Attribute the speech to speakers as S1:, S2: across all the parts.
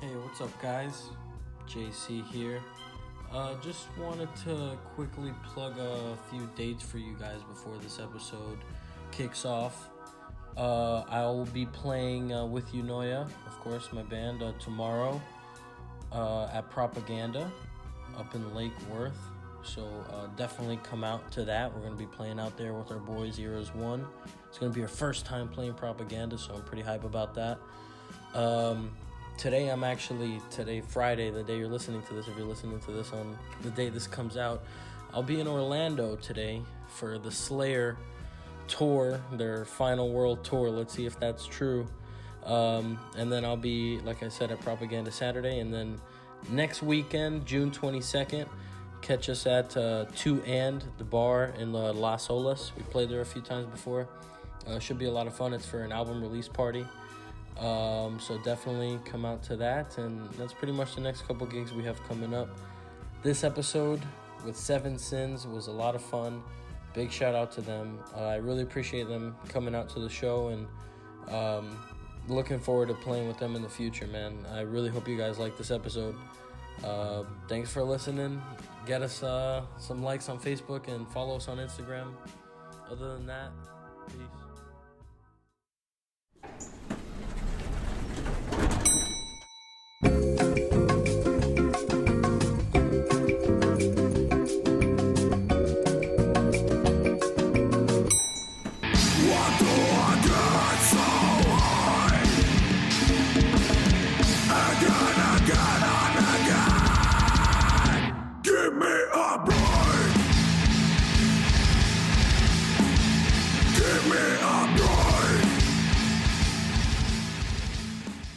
S1: Hey, what's up, guys? JC here. Uh, just wanted to quickly plug a few dates for you guys before this episode kicks off. Uh, I will be playing uh, with Unoya, of course, my band, uh, tomorrow uh, at Propaganda up in Lake Worth. So uh, definitely come out to that. We're going to be playing out there with our boys, Heroes One. It's going to be our first time playing Propaganda, so I'm pretty hype about that. Um, today I'm actually today Friday, the day you're listening to this. If you're listening to this on the day this comes out, I'll be in Orlando today for the Slayer tour, their final world tour. Let's see if that's true. Um, and then I'll be, like I said, at Propaganda Saturday. And then next weekend, June 22nd, catch us at uh, Two and the bar in uh, Las Olas. We played there a few times before. Uh, should be a lot of fun. It's for an album release party. Um, so definitely come out to that. And that's pretty much the next couple gigs we have coming up. This episode with Seven Sins was a lot of fun. Big shout out to them. Uh, I really appreciate them coming out to the show and um, looking forward to playing with them in the future, man. I really hope you guys like this episode. Uh, thanks for listening. Get us uh, some likes on Facebook and follow us on Instagram. Other than that, peace.
S2: Give me a break! Give me a break!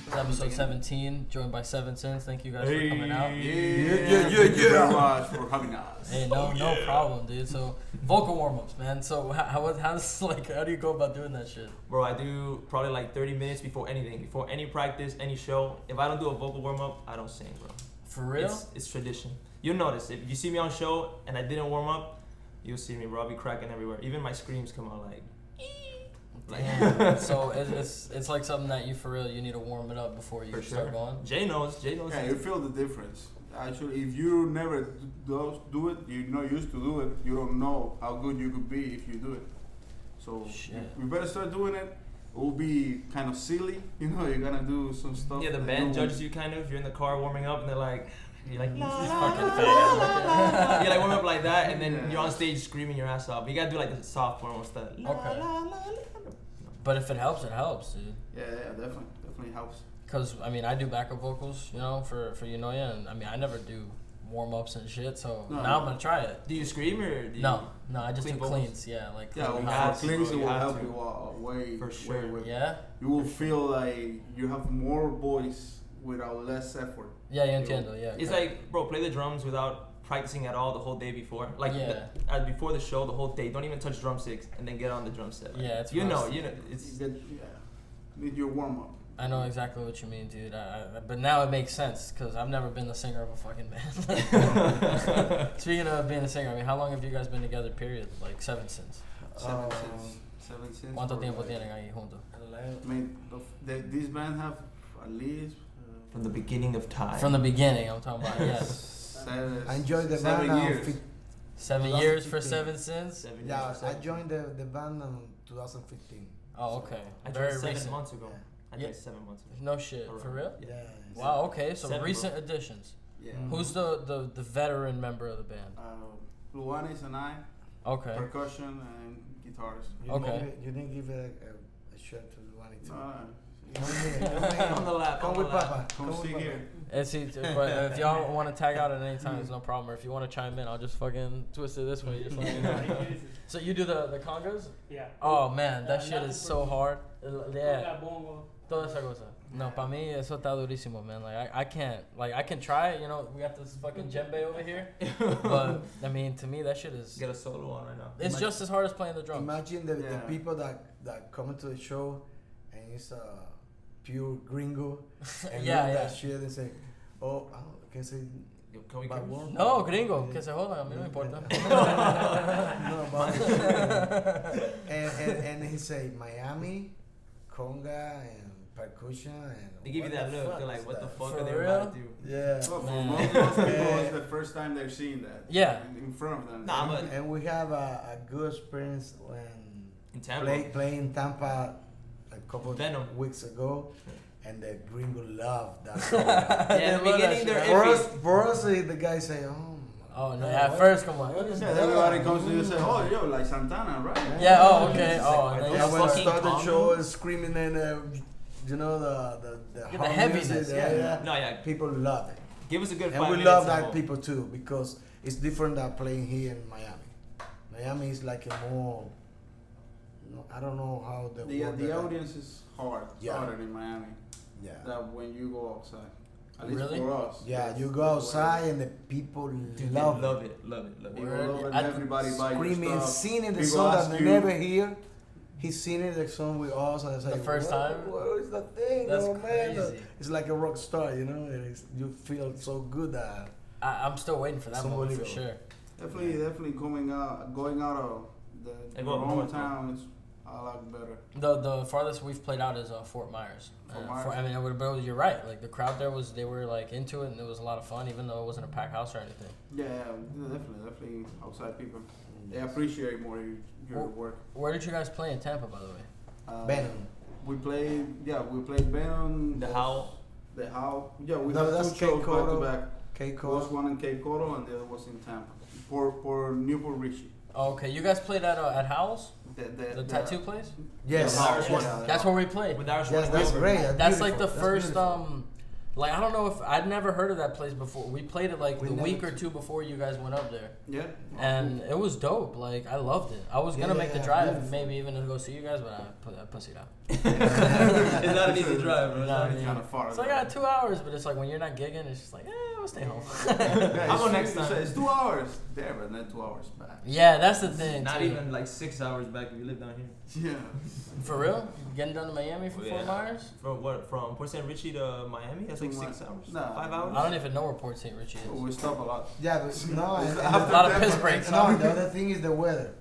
S1: This is episode 17, joined by Seven Sins. Thank you guys for coming out.
S3: Yeah, yeah, yeah, yeah. much for having us.
S1: Hey, no, no problem, dude. So vocal warm ups, man. So how, how how's like how do you go about doing that shit?
S4: Bro, I do probably like 30 minutes before anything, before any practice, any show. If I don't do a vocal warm up, I don't sing, bro.
S1: For real?
S4: It's, it's tradition. You'll notice if you see me on show and I didn't warm up, you'll see me, bro. I'll be cracking everywhere. Even my screams come out like.
S1: Damn. so it's, it's it's like something that you for real you need to warm it up before you
S4: For
S1: start
S4: sure.
S1: going.
S4: Jay knows. Jay knows.
S3: Yeah, you feel the difference. Actually, if you never d- do do it, you're not used to do it. You don't know how good you could be if you do it.
S4: Oh,
S3: So
S1: Shit.
S3: we better start doing it. It will be kind of silly, you know. You're gonna do some stuff.
S4: yeah, the
S3: that
S4: band
S3: no
S4: judges
S3: one-
S4: you kind of. You're in the car warming up and they're like, you're like, "This is
S1: Fucking
S4: fucking
S1: fat.
S4: fat." you like warm up like that and then
S3: Yeah.
S4: you're on stage screaming your ass off. But you gotta do like the soft warm up stuff.
S1: Okay. But if it helps, it helps, dude.
S3: Yeah, yeah, definitely, definitely helps.
S1: Cause I mean I do backup vocals, you know, for for Unoya, and I mean I never do warm ups and shit. So
S3: No.
S1: now I'm gonna try it.
S4: Do you scream or do you?
S1: No, no, I just
S4: Clean
S1: do
S4: vocals? oh,
S1: cleans. Yeah, like
S3: Yeah,
S1: clean
S4: we
S1: vocals.
S4: have
S3: well,
S4: to,
S3: cleans
S4: bro,
S3: will
S4: you have
S3: help
S4: to.
S3: you out way,
S4: For
S3: way,
S4: sure.
S3: way.
S1: yeah.
S3: You will feel like you have more voice without less effort.
S1: Yeah, yo entiendo, yeah.
S4: It's
S1: correct.
S4: like, bro, play the drums without practicing at all the whole day before. Like,
S1: Yeah.
S4: the, uh, before the show, the whole day. Don't even touch drumsticks and then get on the drum set. Like,
S1: Yeah, it's
S4: you know,
S1: rough.
S4: you know,
S3: You
S4: it's
S3: get, yeah, need your warm up.
S1: I know exactly what you mean, dude. I, I, but now it makes sense because I've never been the singer of a fucking band. Speaking of being a singer, I mean, how long have you guys been together? Period, like seven since.
S3: Seven
S1: Um,
S3: cents. Seven cents.
S1: ¿Cuánto
S3: for
S1: tiempo
S3: like-
S1: tienen ahí juntos?
S3: I mean, the, the, this band have at least uh,
S4: from the beginning of time.
S1: From the beginning, I'm talking about. Yeah,
S3: seven,
S5: I enjoyed the
S3: seven
S5: band.
S3: years.
S5: On, fif-
S1: seven
S5: Last
S1: years for
S5: 15.
S1: seven sins.
S4: seven years
S5: yeah,
S4: or
S5: I
S4: seven.
S5: joined the, the band in 2015.
S1: Oh, okay.
S4: I joined
S1: Very
S4: seven
S1: recent.
S4: months ago. I
S1: Yeah.
S4: joined seven months ago.
S1: No shit, for
S4: Around.
S1: real.
S4: Yeah.
S1: Wow. Okay, so
S4: Seven, bro. Mm-hmm.
S1: recent additions.
S3: yeah.
S1: Who's the, the the veteran member of the band?
S3: Uh, Luanis and I,
S1: Okay.
S3: percussion and guitars.
S5: You
S1: Okay.
S5: Didn't give, you didn't give a, a, a shirt to the one it's
S3: Uh,
S5: Come here, come here.
S4: On the lap,
S5: Come
S4: on
S5: with
S4: the lap.
S5: Papa.
S3: come
S5: with
S3: see
S5: Papa.
S3: here.
S1: It's easy, but if y'all want to tag out at any time,
S4: Mm.
S1: it's no problem. Or if you want to chime in, I'll just fucking twist it this way. Just let me know. so you do the the congos?
S6: Yeah.
S1: Oh man, that
S6: Uh,
S1: shit
S6: not
S1: is
S6: for
S1: so
S6: me.
S1: hard. Yeah,
S6: Ponga bongo.
S1: toda esa cosa. No, para mí eso está durísimo, man. Like I, I can't, like I can try. it, You know, we got this fucking djembe over here, but I mean, to me that shit is.
S4: Get a solo on right now.
S1: It's just as hard as playing the drums.
S5: Imagine the, the
S3: Yeah.
S5: people that, that come to the show and it's a pure gringo and
S1: Yeah,
S5: yeah,
S1: yeah.
S5: that shit and say, oh, I don't, can say
S4: Yo, Can we
S5: But
S4: curse?
S5: warm-
S1: No, gringo, que se jodan, a mí no me importa.
S5: no, but, and, and, and he say Miami, Conga, and percussion and
S4: They give you
S5: what
S4: that
S5: the
S4: look.
S5: fuck
S4: They're like,
S5: is
S4: what the
S5: that?
S4: fuck
S1: For
S4: are they about to
S1: real?
S4: do?
S5: Yeah.
S3: Well, for
S1: Man.
S3: most, most people, it's the first time they're seeing that.
S1: Yeah.
S3: In front of them.
S4: Nah, but
S5: And we have a, a good experience when
S4: in Tampa,
S5: play, playing Tampa a couple
S4: Venom.
S5: of weeks ago, and the gringo loved that. song.
S4: yeah, in
S1: They
S4: the
S1: love that
S4: beginning
S1: shit.
S4: they're
S5: for us,
S4: iffy.
S5: for us, eh, the guy say, "Oh,
S1: Oh no!
S5: Yeah,
S1: At
S5: what-
S1: first, come on.
S5: what is
S3: Yeah,
S5: that?"
S3: everybody comes to you and says, oh, yo, like Santana, right?
S1: Yeah. Oh, okay.
S4: It's like,
S1: Oh,
S4: why
S1: and then
S4: those
S5: Yeah,
S1: you
S5: when I
S1: fucking
S5: start the
S4: calm
S5: show
S4: down.
S5: is screaming and uh, you know the the the,
S1: the
S5: hard
S1: heaviness,
S5: music,
S1: yeah.
S4: No, yeah.
S5: People love it,
S4: Give us a good
S5: and
S4: five
S5: we
S4: minutes.
S5: love that
S4: of-
S5: people too because it's different than playing here in Miami. Miami is like a more, no, I don't know how the
S3: The,
S5: word
S3: the
S5: that-
S3: audience is hard.
S5: Yeah.
S3: Harder in Miami
S5: yeah.
S3: than when you go outside. At least
S1: Really?
S3: for us.
S5: Yeah,
S3: That's
S5: you
S3: the
S5: go
S3: way.
S5: outside and the people
S4: Dude, they
S5: love,
S4: love it, love it, love
S3: You
S4: it.
S1: Yeah.
S3: go over and
S1: I-
S3: everybody buy your
S5: screaming,
S3: stuff.
S5: singing the
S3: People
S5: song
S3: ask
S5: that they
S3: you-
S5: never hear. He's singing the song with us, and it's
S1: The
S5: like
S1: first
S5: "Whoa,
S1: time?
S5: What is that thing?
S1: That's
S5: oh, man.
S1: crazy.
S5: It's like a rock star, you know. and It's, you feel so good that
S1: I, I'm still waiting for that
S5: Somebody
S1: moment for
S5: will.
S1: sure.
S3: Definitely, definitely coming out, going out of the
S4: I
S3: your
S4: go up
S3: own
S4: north,
S3: town is a lot better.
S1: The the farthest we've played out is uh, Fort Myers.
S3: Fort
S1: Uh,
S3: Myers.
S1: For, I mean, it would, but you're right. Like the crowd there was, they were like into it, and it was a lot of fun, even though it wasn't a packed house or anything.
S3: Yeah, yeah, definitely, definitely outside people. They appreciate more your, your
S1: Well-
S3: work.
S1: Where did you guys play in Tampa, by the way?
S3: Uh,
S5: Venom.
S3: We played, yeah, we played Venom.
S4: The howl.
S3: The How. Yeah, we
S5: No,
S3: had
S5: that's
S3: two shows
S5: Cape
S3: back to
S5: Coral.
S3: back.
S5: Keiko.
S3: There was one in Cape Coral and the other was in Tampa. For for Newport Richie.
S1: Oh, Okay, you guys played at uh, at Howells,
S3: The,
S1: the
S3: the,
S1: tattoo place.
S5: Yes,
S4: The Irish one.
S3: yeah,
S1: That's where we played.
S4: With Irish
S5: yes,
S4: Running
S5: that's
S4: Over.
S5: great.
S1: That's like the
S5: beautiful,
S1: first
S5: beautiful.
S1: um, like I don't know if I'd never heard of that place before. We played it like
S5: We
S1: the
S5: never
S1: week or
S5: took-
S1: two before you guys went up there,
S3: Yeah.
S1: um, and it was dope. Like I loved it. I was
S5: Yeah,
S1: gonna
S5: yeah,
S1: make the
S5: yeah,
S1: drive,
S5: beautiful.
S1: maybe even to go see you guys, but I put I pussied out.
S4: it's not an easy drive, bro. It's not
S1: Nah,
S4: an
S1: man.
S4: easy-
S3: kinda far,
S1: It's like
S3: though.
S1: uh, two hours, but it's like when you're not gigging, it's just like, eh, I'll stay home.
S3: Yeah,
S4: I'll go
S3: it's-
S4: next
S3: it's-
S4: time.
S3: It's two hours there, but then two hours back.
S1: yeah, that's the thing.
S4: Not
S1: too.
S4: even like six hours back if you live down here.
S3: Yeah.
S1: for real. Getting down to Miami from
S4: Oh, Yeah.
S1: Fort Myers.
S4: From what? From Port St. Richie to Miami? That's like six hours?
S3: Nah.
S4: Five
S1: I
S4: hours?
S1: don't even know where Port St. Richie is.
S3: We stop a lot.
S5: Yeah, but no, and, and
S1: A lot of piss
S5: the,
S1: breaks.
S5: no, the other thing is the weather.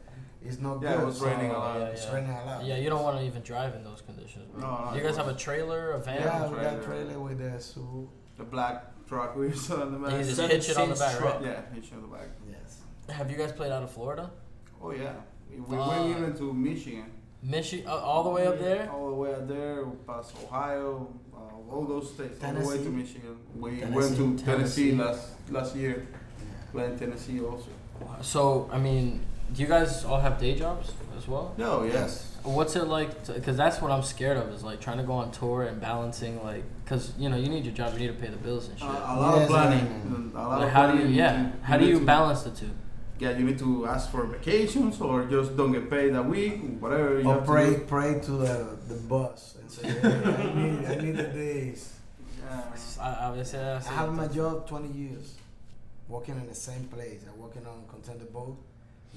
S5: It's
S4: Oh,
S5: not
S3: Yeah, it
S5: good.
S3: was raining a lot.
S1: Yeah,
S5: It's
S1: yeah.
S5: raining a lot.
S1: Yeah, you don't want to even drive in those conditions, bro.
S3: No, no,
S1: Do you
S3: it
S1: guys have a
S3: was-
S1: trailer, a van?
S5: Yeah,
S3: it was
S5: we got
S3: raining.
S5: trailer with the soup.
S3: The black truck we saw in the back.
S1: You just
S4: Seven
S1: hitch it on the
S4: seats
S1: back,
S4: truck.
S3: Yeah, he showed the back.
S5: Yes.
S1: Have you guys played out of Florida?
S3: Oh yeah, we
S1: Fuck.
S3: went even to Michigan.
S1: Michigan, uh, all the way up there?
S3: All the way out there, past Ohio, uh, all those states, all the way
S5: Tennessee.
S3: to Michigan. We
S1: Tennessee,
S3: went to Tennessee,
S1: Tennessee.
S3: last last year.
S5: Yeah.
S3: Played Tennessee also.
S1: So, I mean, do you guys all have day jobs as well?
S3: No,
S5: Yes.
S3: yes.
S1: What's it like? Because that's what I'm scared of is like trying to go on tour and balancing, like, because, you know, you need your job, you need to pay the bills and
S3: Uh,
S1: shit.
S3: a lot
S5: Yes,
S3: of planning.
S5: I know.
S3: and A lot
S1: Like,
S3: of
S1: how do you, yeah,
S3: planning.
S1: how do
S3: need
S1: you
S3: to-
S1: balance the two?
S3: Yeah, you need to ask for vacations or just don't get paid a week, whatever. You
S5: Or
S3: have to
S5: pray,
S3: do.
S5: pray to the, the boss and say, hey, I, need, I need the days.
S3: Yeah.
S1: I, I would say that's
S5: I
S1: it.
S5: have my job 20 years, working in the same place. I'm working on contender boat,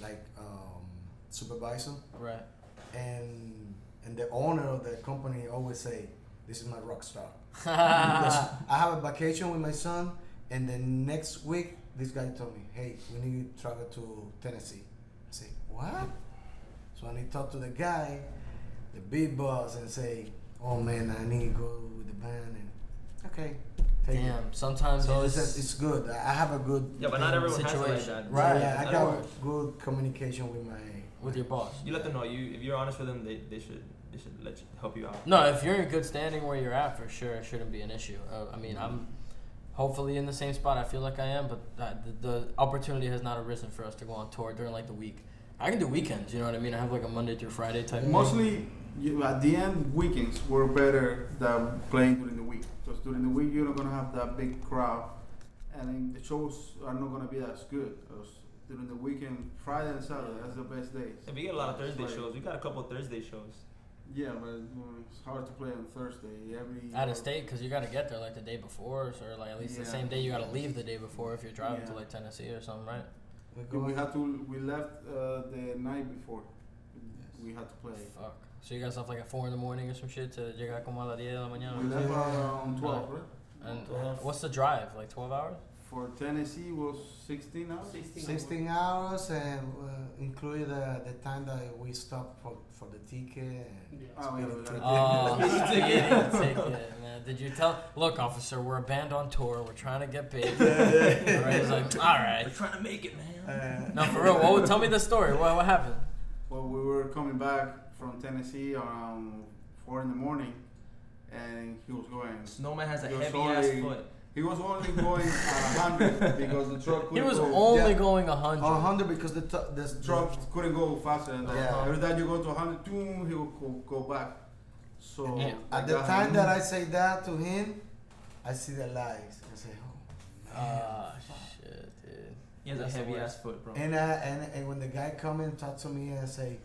S5: like um, supervisor,
S1: Right.
S5: and and the owner of the company always say, "This is my rock star." Because
S1: yeah,
S5: I have a vacation with my son, and the next week this guy told me, "Hey, we need to travel to Tennessee." I say, "What?" So I need to talk to the guy, the big boss, and say, "Oh man, I need to go with the band." And okay, take it.
S1: damn. Sometimes
S5: So
S1: you
S5: it's,
S1: just-
S5: it's good. I I have a good.
S4: Yeah, but not everyone has it
S1: Situation.
S4: like that.
S5: Right.
S1: Right.
S5: Yeah, I
S4: Not
S5: got
S4: everyone.
S5: good communication with my.
S1: with your boss.
S4: You let them know. You if you're honest with them, they, they should they should let you help you out.
S1: No, if you're in good standing where you're at, for sure, it shouldn't be an issue. Uh, I mean, I'm hopefully in the same spot I feel like I am, but that, the, the opportunity has not arisen for us to go on tour during like the week. I can do weekends, you know what I mean? I have like a Monday through Friday type. thing.
S3: Mostly, you, at the end, weekends were better than playing during the week. Because during the week, you're not gonna have that big crowd, and then the shows are not gonna be as good. 'Cause during the weekend, Friday and Saturday, that's the best days.
S4: If we get a lot of
S3: It's
S4: Thursday
S3: like-
S4: shows, we got a couple of Thursday shows.
S3: Yeah, but mm, it's hard to play on Thursday. Every
S1: out of state because you got to get there like the day before, or like at least the
S3: Yeah.
S1: same day you got to leave the day before if you're driving to
S3: Yeah.
S1: like Tennessee or something, right?
S5: We go.
S3: We had to. We left uh, the night before. We had to play.
S1: Fuck. So you guys left like at four in the morning or some shit to llegar como a las 10 de la
S3: We
S1: mañana.
S3: left
S5: Yeah.
S3: around twelve, right?
S1: And
S4: Twelve.
S1: what's the drive? Like twelve hours?
S3: for Tennessee was 16 hours.
S7: 16.
S5: 16 hours and uh, include uh, the time that we stopped for, for the ticket.
S7: Yeah.
S3: Oh, yeah, we
S5: Ticket.
S1: Oh,
S7: Ticket.
S1: ticket, ticket, man. Did you tell? Look, officer, we're a band on tour. We're trying to get big.
S5: Yeah.
S1: Right? He's like, all right.
S4: We're trying to make it, man.
S5: Uh,
S1: No, for real. What, tell me the story. What, what happened?
S3: Well, we were coming back from Tennessee around four in the morning, and he was going.
S4: Snowman has a
S3: You're
S4: heavy
S3: sorry.
S4: ass foot.
S3: He was only going at 100 because the truck
S1: He
S3: couldn't
S1: was
S3: go.
S1: only
S5: Yeah.
S1: going 100.
S5: 100 because the, t- the
S3: the truck couldn't go faster. Than that.
S5: Yeah.
S3: Every time you go to 100, boom, he will go, go back. So
S1: Yeah.
S5: At the time that I say that to him, I see the lights. I say, oh, man.
S1: Ah, shit, dude.
S4: He has
S1: That's
S4: a
S1: the
S4: heavy
S1: worst.
S4: ass foot, bro.
S5: and, I, and and when the guy come and talk to me and say,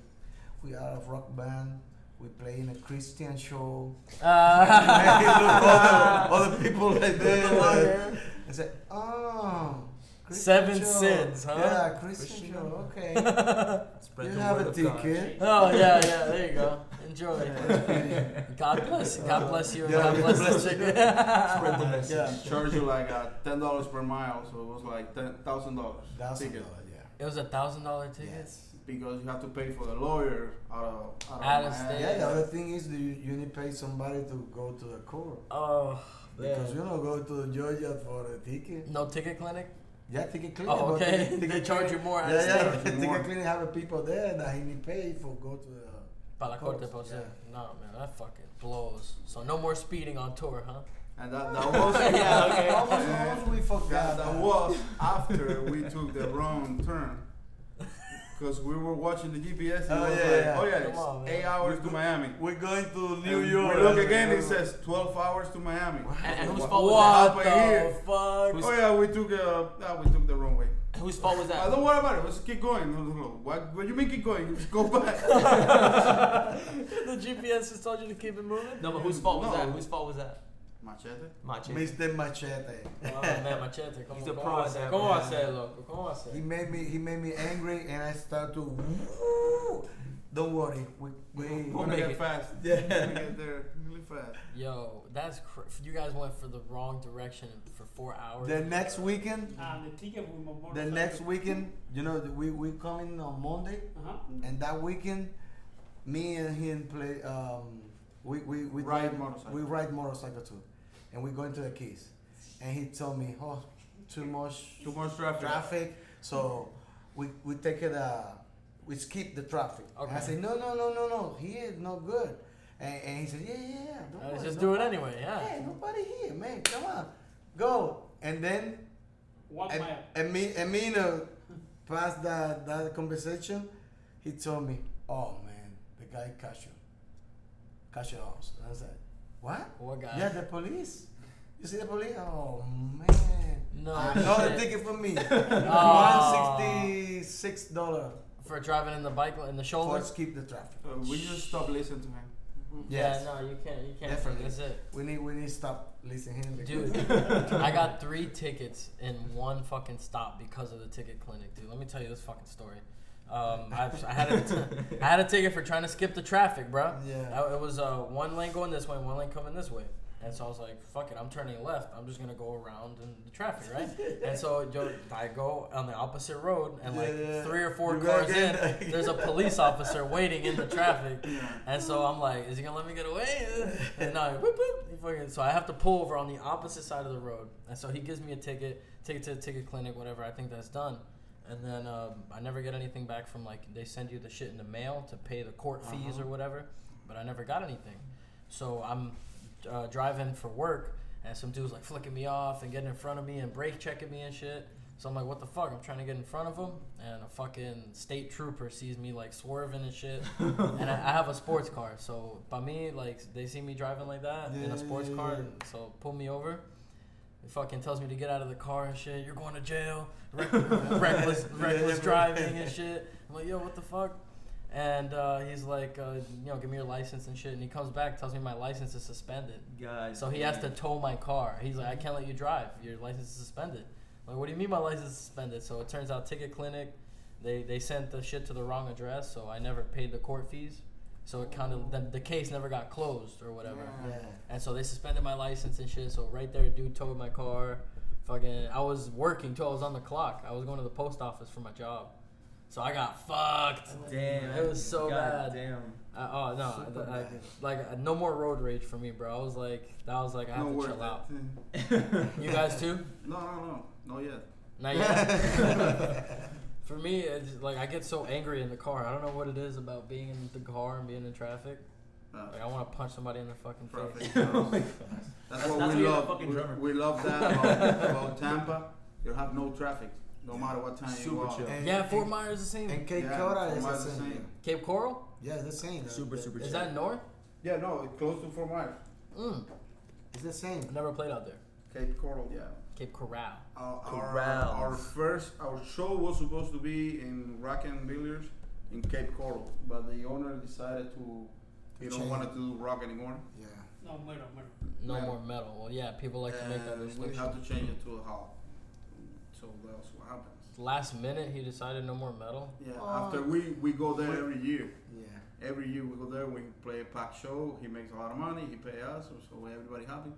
S5: we are a rock band, we play in a Christian show. Man, he look
S1: Ah.
S5: all the- all the people like this. like- I said, oh. Christian
S1: Seven
S5: show.
S1: sins, huh?
S5: Yeah, Christian,
S4: Christian.
S5: show. Okay.
S4: Spread
S5: you
S4: the
S5: have
S4: word
S5: a
S4: of God.
S5: ticket.
S1: oh, yeah, yeah. There you go. Enjoy.
S5: Yeah.
S1: God bless. God bless you. and
S5: Yeah,
S1: God bless
S5: bless
S1: the
S5: you.
S1: chicken.
S4: Spread the message.
S5: Yeah.
S3: charge you like uh, ten dollars per mile, so it was like ten thousand dollars
S5: That's a
S3: ticket
S5: dollar, yeah.
S1: It was a thousand dollar ticket.
S5: Yes.
S3: because you have to pay for the lawyer out of out of,
S1: Out of
S3: Miami.
S1: state.
S5: Yeah, the other thing is do you, you need to pay somebody to go to the court.
S1: Oh,
S5: Because
S1: man.
S5: you don't go to Georgia for a ticket.
S1: no ticket clinic.
S5: Yeah, ticket clinic.
S1: Oh,
S5: but
S1: okay.
S5: ticket-
S1: They
S5: ticket
S1: charge you
S5: clinic-
S1: more. I
S5: Yeah, yeah.
S1: understand.
S3: Charge you more.
S5: ticket clinic have people there that he need pay for go to the.
S1: Para corte,
S5: Course,
S1: pues,
S5: yeah.
S1: yeah. No, man, that fucking blows. So no more speeding on tour, huh?
S3: and that, that was
S1: Yeah, okay.
S5: Almost, almost we
S3: that,
S5: forgot.
S3: that was after we took the wrong turn because we were watching the GPS. And
S5: Oh,
S3: it was
S5: yeah,
S3: like,
S5: yeah.
S3: oh yeah,
S1: Come
S3: it's
S1: on, man.
S3: eight hours to Miami.
S5: We're going to
S3: And We look again. It says twelve hours to Miami.
S4: And, and whose
S3: What?
S4: fault was
S1: what
S3: halfway
S1: the
S3: here.
S1: fuck?
S3: Oh yeah, we took uh, ah, we took the wrong way.
S4: that? Whose fault was
S3: Uh,
S4: that?
S3: don't worry about it. Let's keep going. No, no, no. What, what you mean keep going? Just go back.
S1: the GPS just told you to keep it moving.
S4: No, but whose fault was
S3: No.
S4: that? Whose fault was that?
S3: Machete.
S4: Machete.
S5: Mr. Machete.
S1: Oh, man, machete. Come
S4: He's
S1: on,
S4: a
S1: come
S4: pro
S1: on,
S4: at that,
S1: come
S4: man.
S1: on, say, loco, come on, say.
S5: He made me he made me angry and I start to woo. Don't worry. We, we
S3: We're gonna
S4: make
S3: get
S4: it.
S3: fast.
S5: Yeah.
S3: We're gonna get there really fast.
S1: Yo, that's cr- you guys went for the wrong direction for four hours.
S5: the next weekend
S3: Ah,
S7: Um, the ticket will more.
S5: the next weekend, you know, we we coming on Monday
S7: Uh-huh.
S5: and that weekend me and him play um we we, we
S3: Ride
S5: drive-
S3: motorcycle.
S5: we ride motorcycle too. And we going to the keys. And he told me, Oh, too much
S3: Too much traffic.
S5: traffic. So we we take it uh we skip the traffic. And I
S1: Okay.
S5: say no no no no no he is no good. And, and he said yeah yeah yeah. Don't
S1: Let's
S5: worry,
S1: Uh, just
S5: no-
S1: do it anyway, yeah.
S5: Hey nobody here man come on go and then
S7: One
S5: and,
S7: mile.
S5: and me and me you know, past that that conversation he told me oh man the guy cash you cash your house. I was like what
S1: What guy?
S5: yeah the police. You see the police? Oh man!
S1: No
S5: another
S1: shit.
S5: ticket for me.
S1: Oh.
S5: One sixty-six dollar
S1: For driving in the bike in the
S5: for
S1: shoulder.
S5: skip the traffic.
S3: Uh, we just stop listening to him.
S5: Yes.
S1: Yeah, no, you can't. You can't.
S5: Definitely.
S1: That's it.
S5: We need we need to stop listening him. because-
S1: Dude, I got three tickets in one fucking stop because of the ticket clinic, dude. Let me tell you this fucking story. Um, I, I had a t- I had a ticket for trying to skip the traffic, bro.
S5: Yeah.
S1: I, it was uh, one lane going this way, one lane coming this way, and so I was like, "Fuck it, I'm turning left. I'm just gonna go around in the traffic, right?" and so yo, I go on the opposite road, and like
S5: Yeah, yeah.
S1: three or four
S5: You go
S1: cars in,
S5: again.
S1: there's a police officer waiting in the traffic, and so I'm like, "Is he gonna let me get away?" And I whip whip. He fucking, so I have to pull over on the opposite side of the road, and so he gives me a ticket, take it to the ticket clinic, whatever. I think that's done. And then um, I never get anything back from like they send you the shit in the mail to pay the court fees or whatever, but I never got anything. So I'm uh, driving for work, and some dude's like flicking me off and getting in front of me and brake checking me and shit. So I'm like, what the fuck? I'm trying to get in front of him, and a fucking state trooper sees me like swerving and shit. and I, I have a sports car, so by me, like they see me driving like that in
S5: Yeah,
S1: a sports
S5: yeah,
S1: car,
S5: yeah.
S1: so pull me over. He fucking tells me to get out of the car and shit. You're going to jail. Rec- reckless, reckless driving and shit. I'm like, yo, what the fuck? And uh, he's like, uh, you know, give me your license and shit. And he comes back, tells me my license is suspended.
S4: God.
S1: So he has to tow my car. He's
S5: Mm-hmm.
S1: like, I can't let you drive. Your license is suspended. I'm like, what do you mean my license is suspended? So it turns out Ticket Clinic, they, they sent the shit to the wrong address, so I never paid the court fees. So it kind of, the, the case never got closed or whatever.
S5: Oh. Yeah.
S1: And so they suspended my license and shit. So right there, dude towed my car. Fucking, I was working too. I was on the clock. I was going to the post office for my job, so I got fucked.
S4: Damn.
S1: It was so bad.
S4: God Damn.
S1: Uh, oh no,
S5: Super
S1: I, I,
S5: bad.
S1: like uh, no more road rage for me, bro. I was like, that was like I have
S3: no
S1: to
S3: worries.
S1: chill out.
S3: No,
S1: You guys too?
S3: no, no, not yet.
S1: Not yet. for me, it's just, like I get so angry in the car. I don't know what it is about being in the car and being in traffic.
S3: No.
S1: Like I want to punch somebody in the fucking face.
S3: Perfect.
S4: Oh
S3: that's, what
S4: that's why
S3: we
S4: you're the
S3: love.
S4: fucking drummer.
S3: We, we love that about, about Tampa. You have no traffic, no matter what time you
S4: Super
S3: are.
S4: chill.
S5: And-
S1: Yeah,
S5: and-
S1: Fort Myers the same.
S5: And Cape
S3: Yeah,
S5: Cod
S3: Fort
S5: is the
S3: Myers
S5: same.
S1: Cape Coral
S5: Yeah, it's the same.
S4: Super, super
S1: is
S4: chill.
S1: that north?
S3: Yeah, no, it's close to Fort Myers.
S1: Mm.
S5: It's the same.
S1: I've never played out there.
S3: Cape Coral, yeah.
S1: Cape Corral.
S3: Our, our, our first, our show was supposed to be in Rock and Billiards in Cape Coral, but the owner decided to, he don't
S5: Change.
S3: want to do rock anymore.
S5: Yeah.
S8: No, mero, mero.
S1: No
S3: Yeah.
S1: more metal. Well, yeah, people like to make that
S3: and we
S1: distinction.
S3: have to change it to a hall. So that's what happens.
S1: Last minute, he decided no more metal.
S3: Yeah,
S5: Oh.
S3: after we, we go there every year.
S5: Yeah.
S3: Every year we go there, we play a packed show. He makes a lot of money. He pay us, so everybody happy.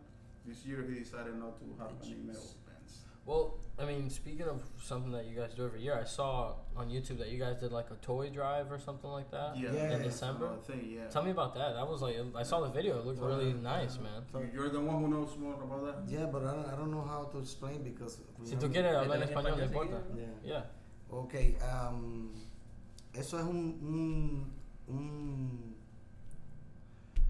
S3: This year he decided not to have any metal bands.
S1: Well, I mean, speaking of something that you guys do every year, I saw on YouTube that you guys did like a toy drive or something like that.
S3: Yeah,
S5: Yeah.
S1: Uh, In December?
S3: I think yeah.
S1: Tell me about that. That was like I saw the video. It looked really nice, man.
S3: You- You're the one who knows more about that.
S5: Yeah, but I don't, I don't know how to explain because.
S1: Si tú quieres hablar en español, no importa.
S5: Yeah.
S1: Yeah.
S5: Ok, am, eso es un. un, un-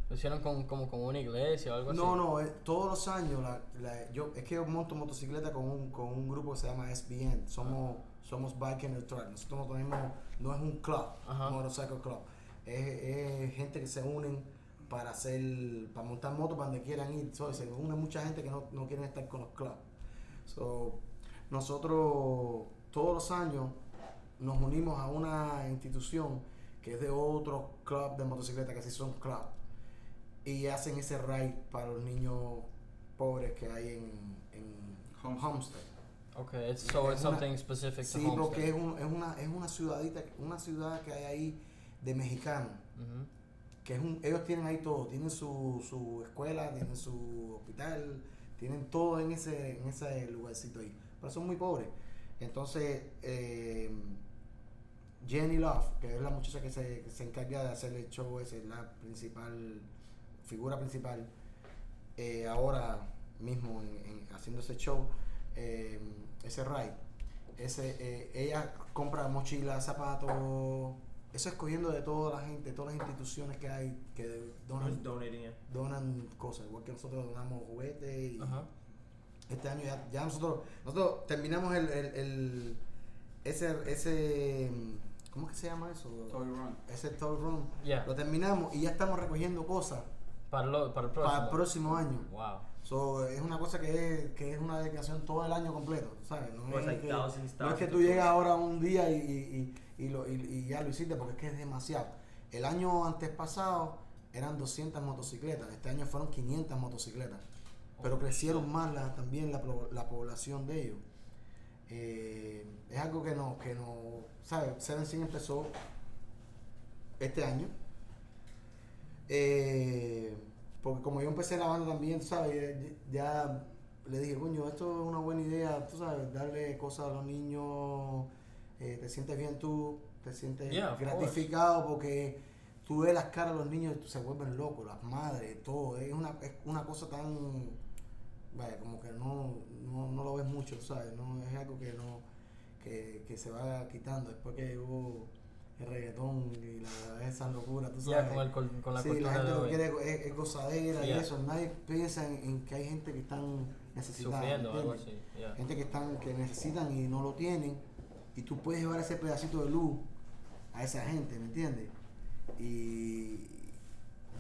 S1: Lo hicieron con, como con una iglesia o algo así.
S5: no, no, eh, todos los años la, la- yo, es que yo monto motocicleta con un, con un grupo que se llama SBN. Somos, somos Bike and Track. Nosotros no tenemos, no es un club,
S1: Ajá.
S5: motorcycle club. Es, es gente que se unen para hacer, para montar motos para donde quieran ir. So, se une mucha gente que no, no quieren estar con los clubs. So, nosotros todos los años nos unimos a una institución que es de otro club de motocicleta, que sí son club, y hacen ese ride para los niños pobres que hay en, en
S3: Homestead.
S5: Homestead.
S1: Okay. It's, so it's
S5: Una-
S1: something specific to
S5: Sí,
S1: Homestead.
S5: porque es, un- es una, es una ciudadita, una ciudad que hay ahí de mexicanos,
S1: Mhm.
S5: que es un, ellos tienen ahí todo, tienen su, su escuela, tienen su hospital, tienen todo en ese, en ese lugarcito ahí, pero son muy pobres. Entonces, eh, Jenny Love, que es la muchacha que se, que se encarga de hacer el show, esa es la principal, figura principal, eh, ahora mismo en, en- haciendo ese show, eh, ese ride. Ese, eh, ella compra mochilas, zapatos, eso escogiendo de toda la gente, todas las instituciones que hay que
S4: Someone's
S5: donan,
S4: donating it.
S5: donan cosas, igual que nosotros donamos juguetes y
S1: Ajá.
S5: este año ya, ya nosotros nosotros terminamos el, el, el- ese ese mm, ¿cómo es que se llama eso?
S3: Toy Run.
S5: Ese toy room.
S1: Yeah.
S5: Lo terminamos y ya estamos recogiendo cosas
S1: Para lo, para el próximo.
S5: para el próximo año.
S1: Wow.
S5: So, es una cosa que es, que es una dedicación todo el año completo, ¿sabes? No,
S4: Pues
S5: es,
S4: hay
S5: que,
S4: thousands,
S5: no es que
S4: thousands
S5: tú
S4: of
S5: llegas ahora un día y, y- y- y lo- y- y ya lo hiciste, porque es que es demasiado. El año antes pasado eran 200 motocicletas, este año fueron 500 motocicletas, pero crecieron más la- también la, pro- la población de ellos. Eh, es algo que no, que no, ¿sabes? Seven Sin empezó este año. Eh, porque como yo empecé la banda también, tú ¿sabes? Ya, ya le dije, coño, esto es una buena idea, tú sabes, darle cosas a los niños, eh, te sientes bien tú, te sientes
S1: Yeah, of
S5: gratificado porque tú ves las caras de los niños y tú- se vuelven locos, las madres, todo. Es una, es una cosa tan, vaya, como que no, no, no lo ves mucho, ¿sabes? No, es algo que no, que, que se va quitando después que hubo el reggaetón y Pues, la, esa locura, tú sabes
S1: Ya con, el, col- con la
S5: sí, la
S1: cultura
S5: gente
S1: de
S5: lo
S1: hoy.
S5: que quiere go- es, es gozadera
S1: Yeah.
S5: y eso. Nadie piensa en, en que hay gente que están necesitando
S1: Sufriendo o algo así. Yeah.
S5: Gente que están que necesitan y no lo tienen. Y tú puedes llevar ese pedacito de luz a esa gente, ¿me entiendes? Y,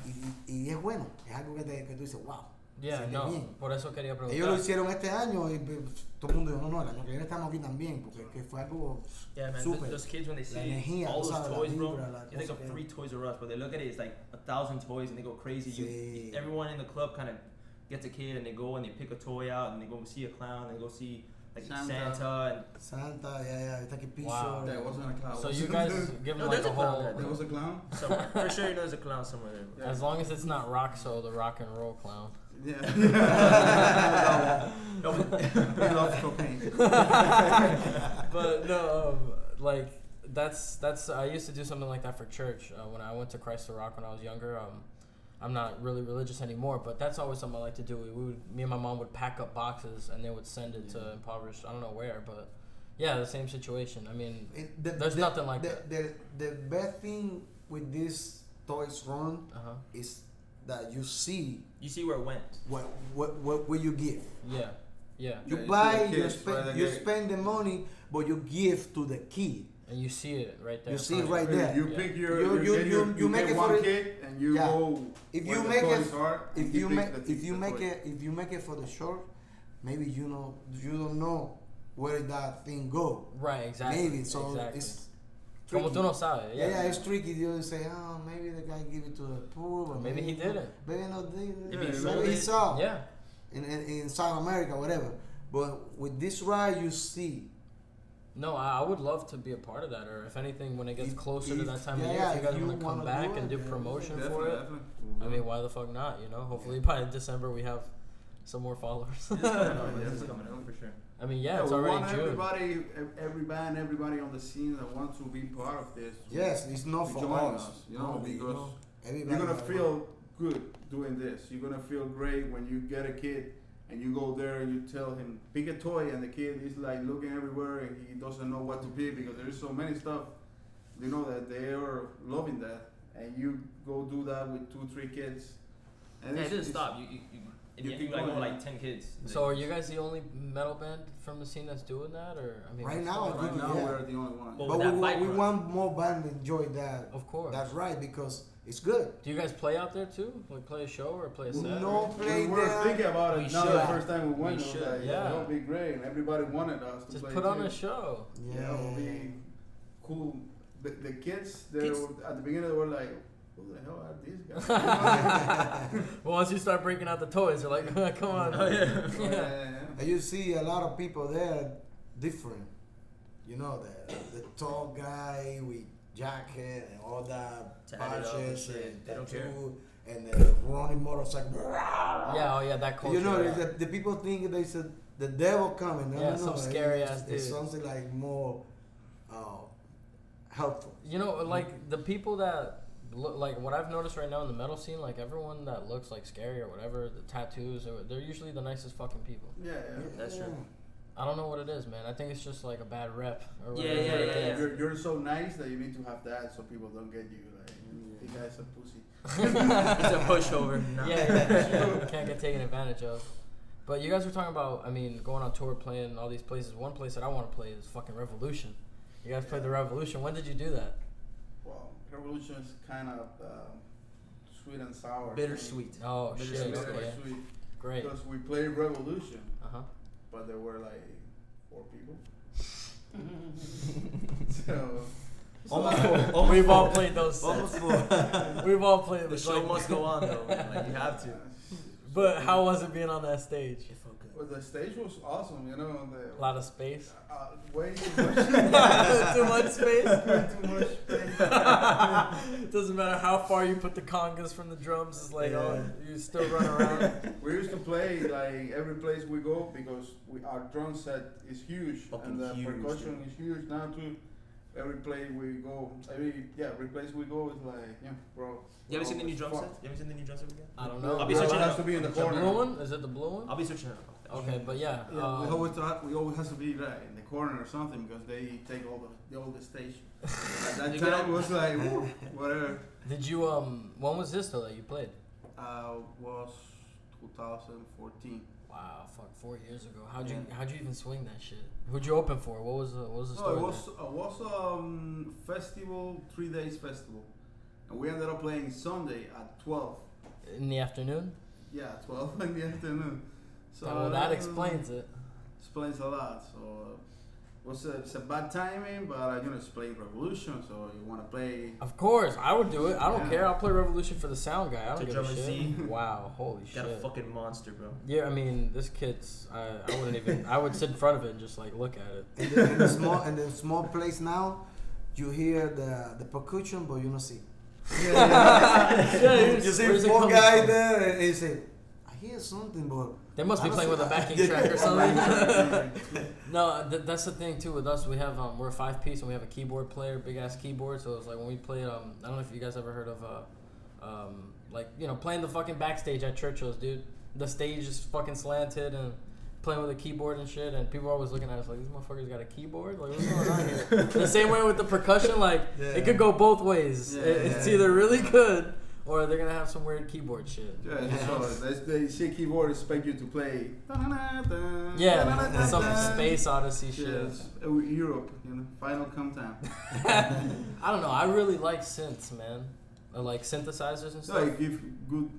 S5: y, y es bueno. Es algo que, te, que tú dices, wow.
S1: Yeah,
S5: siente
S1: no.
S5: bien".
S1: Por eso quería preguntar.
S5: Ellos lo hicieron este año y pues, todo el mundo dijo, no, no, el año que viene estamos aquí también, porque es que fue algo
S4: Yeah, man.
S5: súper.
S4: Those, those kids when they see
S5: energía,
S4: all
S5: tú
S4: those
S5: sabes, la
S4: toys, bro,
S5: vibra, la
S4: they think
S5: cosa
S4: of
S5: que-
S4: free Toys R Us, but they look at it, it's like a thousand toys, and they go crazy. You,
S5: Sí.
S4: everyone in the club kind of gets a kid, and they go and they pick a toy out, and they go see a clown, and they go see like Santa,
S3: Santa.
S5: Santa, ya, ya, está aquí piso.
S1: Wow.
S3: There wasn't a clown.
S1: So you guys give them
S4: No,
S1: like
S4: there's
S1: a
S4: a clown
S1: whole.
S4: there.
S3: There was a clown.
S4: and somewhere. For sure, you know there's a clown somewhere there. Bro.
S3: Yeah.
S1: As long as it's not rock, so the rock and roll clown.
S3: Yeah.
S4: No, but-
S3: we love
S1: but no, um, like that's that's I used to do something like that for church uh, when I went to Christ the Rock when I was younger. Um, I'm not really religious anymore, but that's always something I like to do. We, we would, me and my mom would pack up boxes and they would send it to impoverished. I don't know where, but yeah, the same situation. I mean,
S5: It- the-
S1: There's
S5: the-
S1: nothing like
S5: the,
S1: that.
S5: The, the best thing with this toys run
S1: uh huh,
S5: is that you see
S4: You see where it went.
S5: what what what will you give.
S1: yeah, yeah,
S5: You
S3: Yeah, you
S5: buy,
S3: see the
S5: you
S3: kids
S5: spend,
S3: right
S5: you
S3: there.
S5: spend the money, but you give to the kid.
S1: and you see it right there.
S5: You
S1: in
S5: see
S1: front
S5: it
S1: of
S5: right there.
S3: You
S1: Yeah.
S3: pick your,
S5: You-
S3: you,
S5: you-
S3: you,
S5: you- you make
S3: get
S5: it
S3: one
S5: for it-
S3: kid and you
S5: Yeah.
S3: go.
S5: If
S3: where
S5: you
S3: the
S5: make
S3: toys
S5: it-
S3: are and
S5: If
S3: you
S5: you
S3: pick
S5: make
S3: the-
S5: if you
S3: the
S5: make
S3: toy.
S5: it if you make it for the short, maybe you know you don't know where that thing go.
S1: Right, exactly.
S5: maybe so
S1: exactly.
S5: it's
S1: como tú
S5: tricky.
S1: no sabes.
S5: Yeah,
S1: Yeah,
S5: yeah, it's tricky. You say, oh, maybe the guy gave it to the poor, or
S1: Maybe he didn't.
S5: Maybe no, they,
S3: If
S5: maybe
S3: he
S5: he,
S3: sold it,
S5: saw
S1: yeah.
S5: in, in, in South America, whatever. But with this ride, you see.
S1: No, I, I would love to be a part of that, or if anything, when it gets
S5: If-
S1: closer to
S5: if-
S1: that time
S5: yeah,
S1: of year,
S5: yeah,
S1: if you guys
S5: if you
S1: want to
S5: wanna
S1: come
S5: do
S1: back
S5: it,
S1: and do
S5: yeah, yeah,
S1: promotion for
S3: Definitely,
S1: it,
S3: definitely.
S1: I mean, why the fuck not? You know, hopefully by December we have some more followers.
S4: It's coming up. It's coming up for sure.
S1: I mean, yeah, it's
S3: we
S1: already
S3: want
S1: June.
S3: everybody, ev- every band, everybody on the scene that wants to be part of this.
S5: Yes, it's not
S3: to
S5: for
S3: join
S5: us.
S3: you know,
S5: Only,
S3: because
S5: know,
S3: you're
S5: everybody
S3: gonna
S5: has-
S3: feel good doing this. You're gonna feel great when you get a kid and you go there and you tell him pick a toy, and the kid is like looking everywhere and he doesn't know what to pick because there's so many stuff. You know that they are loving that, and you go do that with two, three kids.
S4: And it
S3: it's-
S4: didn't
S3: it's-
S4: stop. You, you, you, and
S3: You
S4: you, you
S3: keep
S4: like
S3: going.
S4: more like ten kids.
S1: so, are you guys the only metal band from the scene that's doing that, or I mean,
S5: Right
S1: what's
S5: now,
S1: going
S5: I
S1: on?
S3: Right now
S5: Yeah.
S3: we're the only one.
S4: Well,
S5: But
S4: Oh,
S5: we,
S4: that
S5: wa-
S4: bike
S5: we
S4: ride.
S5: want more band to enjoy that.
S1: of course.
S5: That's right because it's good.
S1: Do you guys play out there too? Like play a show or play a set?
S5: No
S3: we
S5: play
S3: were
S5: there.
S3: thinking about it.
S1: We
S3: now
S1: should.
S3: the first time we went,
S1: We
S3: I was
S1: should,
S3: like,
S1: yeah.
S3: that would be great. And everybody wanted us to
S1: Just
S3: play
S1: put on
S3: too.
S1: a show.
S3: Yeah, it would be cool. The, the kids, they
S4: Kids.
S3: Were, at the beginning, they were like, "Who the hell are these guys?" yeah,
S1: Once you start breaking out the toys, you're like, come on.
S4: Oh, yeah.
S3: yeah, yeah.
S5: And you see a lot of people there different. You know, the, the tall guy with jacket and all that
S4: Tatted up and
S5: patches
S4: shit.
S5: and
S4: They don't care.
S5: tattoo and the running motorcycle.
S1: Yeah, oh yeah, that culture.
S5: You know,
S1: yeah.
S5: the, the people think they said the devil coming. No,
S1: Yeah,
S5: no, no.
S1: some scary
S5: it's,
S1: ass
S5: it's
S1: dude.
S5: something like more uh, helpful.
S1: You know, like the people that look like what I've noticed right now in the metal scene, like everyone that looks like scary or whatever, the tattoos, or, they're usually the nicest fucking people.
S3: yeah,
S4: That's true.
S1: I don't know what it is, man. I think it's just like a bad rep. Or
S4: Yeah,
S1: whatever
S4: yeah,
S1: it
S4: yeah,
S1: is.
S4: yeah.
S3: You're, you're so nice that you need to have that so people don't get you. Like,
S4: Mm.
S3: the guy's a pussy.
S4: it's a pushover. Nah.
S1: Yeah, yeah, yeah. can't get taken advantage of. But you guys were talking about, I mean, going on tour, playing all these places. One place that I want to play is fucking Revolution. You guys played the Revolution. When did you do that?
S3: Well, revolution is kind of um, sweet and sour.
S4: Bittersweet.
S1: Oh shit!
S4: Bittersweet.
S1: Okay,
S3: Bittersweet.
S1: great. Uh-huh. Uh
S3: Because we played revolution,
S1: huh.
S3: but there were like four people. so
S4: Almost
S1: So-
S4: full, almost
S1: We've all
S4: full.
S1: played those. sets.
S4: Almost full.
S1: We've all played.
S4: the
S1: it's
S4: show
S1: like-
S4: must go on though. Man. Like you have to.
S1: But how was it being on that stage?
S3: Well, the stage was awesome, you know.
S1: A
S3: The,
S1: lot of space.
S3: uh, way too much,
S1: Too much space.
S3: way too much space.
S1: Doesn't matter how far you put the congas from the drums. It's like oh, you still run around.
S3: we used to play like every place we go because we, our drum set is huge
S4: Fucking
S3: and the
S4: huge,
S3: percussion is huge now too. Every place we go, every yeah, every place we go is like yeah, bro.
S4: You haven't seen the new drum
S3: Fuck.
S4: set? You haven't seen the new drum set again?
S1: I don't know.
S4: I'll be
S3: It
S4: searching it
S3: has
S4: up.
S3: to be in the
S1: the
S3: corner.
S1: blue one? Is it the blue one?
S4: I'll be searching it. up.
S1: Okay, but yeah.
S3: Yeah, we
S1: um,
S3: always have, we always has to be like in the corner or something because they take all the, the all the stage. At that
S4: You
S3: time
S4: gotta-
S3: it was like woo, whatever.
S1: did you um? When was this though that you played?
S3: Uh, was 2014.
S1: Wow, fuck, four years ago. How'd you how'd you even swing that shit? Who'd you open for? What was the what was the
S3: No,
S1: story?
S3: Oh, it was it was um festival three days festival, and we ended up playing Sunday at 12.
S1: there? In the afternoon.
S3: Yeah, 12 in the afternoon. So
S1: well, Oh, that
S3: uh,
S1: explains it.
S3: explains a lot. So. It was a, it's a bad timing, but I you know it's playing Revolution, so you want to play
S1: Of course, I would do it. I don't
S3: Yeah.
S1: care. I'll play Revolution for the sound guy. I don't
S4: To
S1: give
S4: drum
S1: a
S4: and
S1: shit.
S4: sing.
S1: Wow, holy
S4: Got a
S1: shit.
S4: fucking monster, bro.
S1: Yeah, I mean, this kid's. I, I wouldn't even. I would sit in front of it and just like look at it.
S5: And the, and the small and the small place now, you hear the the percussion, but you don't see.
S1: yeah,
S5: you see four guy there, and he said, "I hear something, but
S1: They must be playing with a backing
S5: Yeah.
S1: track or something.
S3: Right.
S1: no, th- that's the thing too with us. We have um, we're a five piece and we have a keyboard player, big ass keyboard. So it's like when we played. Um, I don't know if you guys ever heard of uh, um, like you know playing the fucking backstage at Churchill's, dude. The stage is fucking slanted and playing with a keyboard and shit. And people are always looking at us like these motherfuckers got a keyboard. Like what's going on here? the same way with the percussion. Like
S5: Yeah.
S1: it could go both ways.
S3: Yeah,
S1: It- it's
S5: yeah,
S1: either really good or they're gonna have some weird keyboard shit.
S3: Yeah, it's all that's the shit keyboard expect you to play.
S1: Yeah, some space odyssey shit.
S3: Yes, uh, Europe, you know, final come time.
S1: I don't know. I really like synths, man. I like synthesizers and
S3: So
S1: stuff.
S3: like give good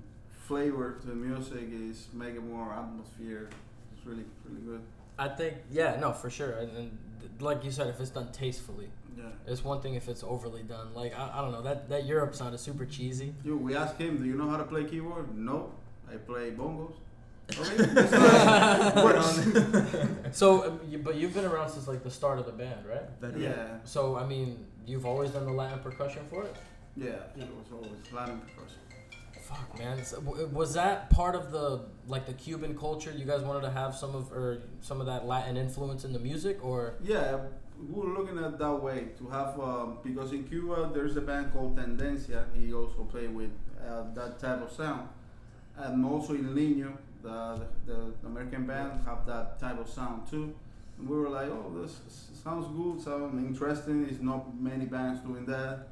S3: flavor to the music is make it more atmosphere. It's really really good.
S1: I think, yeah, no, for sure. And, and th- like you said, if it's done tastefully,
S3: Yeah.
S1: it's one thing if it's overly done. Like I, I don't know that that Europe sounded super cheesy.
S3: Yo, we asked him, do you know how to play keyboard? No, I play bongos. Okay, that's fine. Works.
S1: So, um, you, but you've been around since like the start of the band, right?
S3: yeah,
S1: So I mean, you've always done the Latin percussion for it.
S3: yeah, it was always Latin percussion.
S1: Fuck, man. So, w- was that part of the like the Cuban culture? You guys wanted to have some of or some of that Latin influence in the music, or
S3: Yeah, we were looking at that way to have um, because in Cuba there's a band called Tendencia. He also played with uh, that type of sound, and also in Lino, the, the American band have that type of sound too. And we were like, oh, this s- sounds good, sounds interesting. It's not many bands doing that,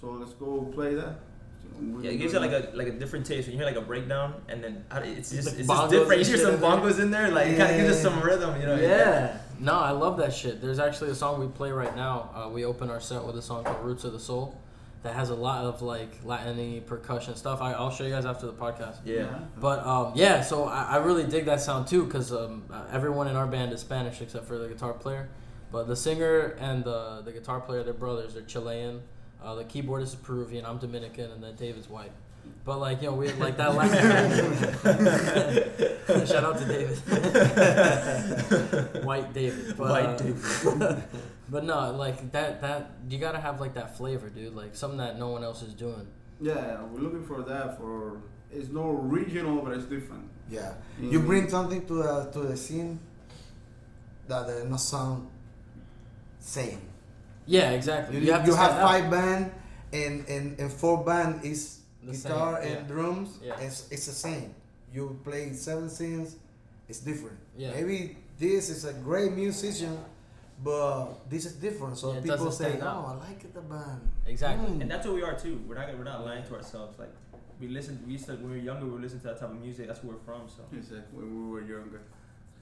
S3: so let's go play that. So we
S9: Yeah, it gives you like a like a different taste. When you hear like a breakdown, and then I- it's just
S1: Like
S9: it's just
S1: bongos
S9: different.
S1: and
S9: You hear
S1: shit
S9: some
S1: in there.
S9: bongos in there, like it kind of gives us some rhythm, you know?
S1: No, I love that shit. There's actually a song we play right now. Uh, we open our set with a song called Roots of the Soul that has a lot of like Latin percussion stuff. I, I'll show you guys after the podcast.
S9: Yeah.
S1: But um, yeah, so I, I really dig that sound too because um, uh, everyone in our band is Spanish except for the guitar player. But the singer and the, the guitar player, they're brothers. They're Chilean. Uh, the keyboardist is Peruvian. I'm Dominican, and then David's white. But like you know, we like that Latin. Shout out to David. white David. But,
S9: White
S1: uh,
S9: David.
S1: but no, like that that you gotta have like that flavor, dude. Like something that no one else is doing.
S3: yeah, we're looking for that. For it's no regional, but it's different.
S5: Yeah.
S1: Mm-hmm.
S3: Mm.
S5: You bring something to the, to the scene that uh, no sound same.
S1: Yeah, exactly.
S5: You,
S1: You, have to stand out.
S5: five band and, and, and four band is
S1: The
S5: guitar
S1: same,
S5: and
S1: yeah.
S5: drums.
S1: Yeah.
S5: It's, it's the same. You play seven scenes, it's different.
S1: Yeah.
S5: Maybe this is a great musician, but this is different. So
S1: Yeah, it
S5: people
S1: doesn't
S5: say,
S1: stand out.
S5: "Oh, I like the band."
S1: Exactly.
S5: Mm.
S4: And that's what we are too. We're not we're not lying to ourselves. Like we listen we used to when we were younger we would listen to that type of music. That's where we're from. So
S3: Exactly, when we were younger.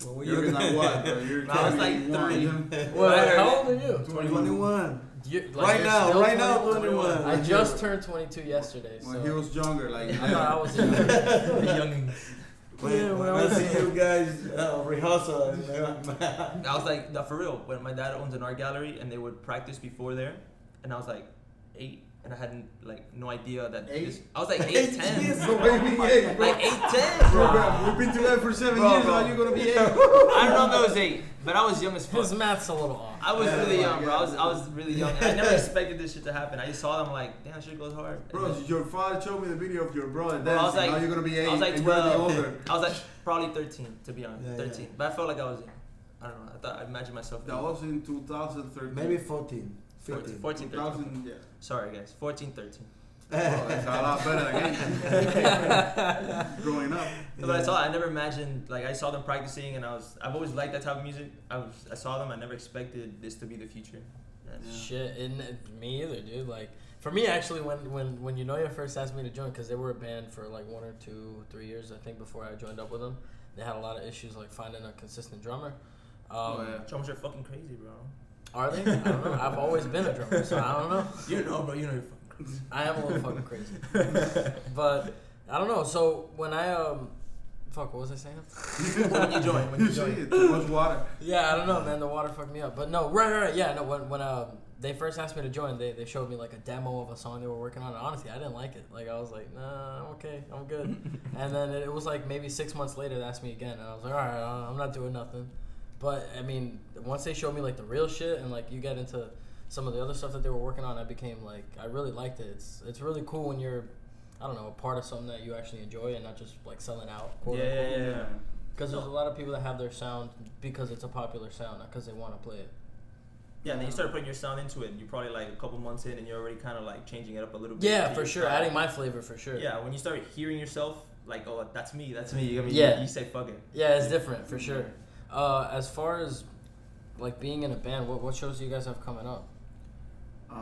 S5: Well, we-
S3: You're not what? Bro? You're
S4: I was like three.
S1: Well, how old are you?
S5: 21.
S1: You- like,
S5: Right
S1: you're
S5: now,
S1: still
S5: right now,
S1: 21.
S5: 21.
S1: I just turned 22 yesterday, so
S3: When he was younger, like
S1: I thought I was young.
S4: young
S5: When,
S1: Yeah, when
S5: when
S1: I
S5: I
S1: was-
S5: see you guys uh, rehearsal, and, uh,
S4: I was like, no, for real. When my dad owns an art gallery and they would practice before there, and I was like eight, and I hadn't like no idea that
S3: Eight?
S4: this. I was like eight ten,
S3: so
S1: Oh
S3: baby, hey, bro.
S4: like eight ten, bro.
S3: Bro, We've been together for seven
S4: Bro,
S3: years.
S4: bro.
S3: How you gonna be eight?
S4: I don't know if I was eight, but I was young as
S1: His
S4: fuck.
S1: math's a little off.
S4: I was
S3: Yeah,
S4: really
S3: my
S4: young, bro. I
S3: God.
S4: was I was really young. And I never expected this shit to happen. I just saw them like, damn, shit goes hard. And
S3: Bro,
S4: then-
S3: your father showed me the video of your brother dancing.
S4: Bro, I was like-
S3: now you're gonna be eight.
S4: I was like
S3: and you're gonna be
S4: twelve.
S3: older.
S4: I was like probably thirteen, to be honest,
S5: Yeah, yeah.
S4: thirteen. But I felt like I was, I don't know. I thought I imagined myself.
S3: That was in 2013.
S5: maybe 14,
S4: 14,
S5: 15.
S4: 14 13.
S3: 2000. Yeah.
S4: Sorry, guys. 14, 13.
S3: Oh, that's a lot better than me. Growing up.
S4: No, But I saw. I never imagined. Like I saw them practicing, and I was. I've always liked that type of music. I was. I saw them. I never expected this to be the future. And
S3: Yeah.
S1: Shit, and uh, me either, dude. Like for me, actually, when when when Unoya first asked me to join, because they were a band for like one or two, three years, I think, before I joined up with them, they had a lot of issues like finding a consistent drummer. Um,
S3: Oh, yeah.
S4: Drummers are fucking crazy, bro.
S1: Are they? I don't know. I've always been a drummer, so I don't know.
S4: You know, bro. You know you're fucking crazy.
S1: I am a little fucking crazy. but I don't know. So when I um, fuck, what was I saying?
S4: when you join, when you
S3: see
S4: join.
S3: it. Too much water.
S1: Yeah, I don't know, man. The water fucked me up. But no, right, right, right. Yeah, no. When when uh, they first asked me to join, they, they showed me like a demo of a song they were working on. And honestly, I didn't like it. Like I was like, nah, I'm okay, I'm good. and then it was like maybe six months later they asked me again, and I was like, all right, uh, I'm not doing nothing. But I mean, once they showed me like the real shit, and like you get into some of the other stuff that they were working on, I became like, I really liked it. It's it's really cool when you're, I don't know, a part of something that you actually enjoy and not just like selling out.
S4: Yeah,
S1: quote
S4: yeah,
S1: unquote.
S4: yeah.
S1: Because there's a lot of people that have their sound because it's a popular sound, not because they want to play it.
S9: Yeah, and then you start putting your sound into it. You're probably like a couple months in, and you're already kind of like changing it up a little bit.
S1: Yeah,
S9: to
S1: for
S9: your
S1: sure.
S9: style.
S1: Adding my flavor for sure.
S9: Yeah, when you start hearing yourself, like, oh, that's me, that's me. I mean,
S1: Yeah.
S9: you, you say fuck it.
S1: Yeah, it's different for sure. Uh, as far as like being in a band, what what shows do you guys have coming up?
S3: Uh,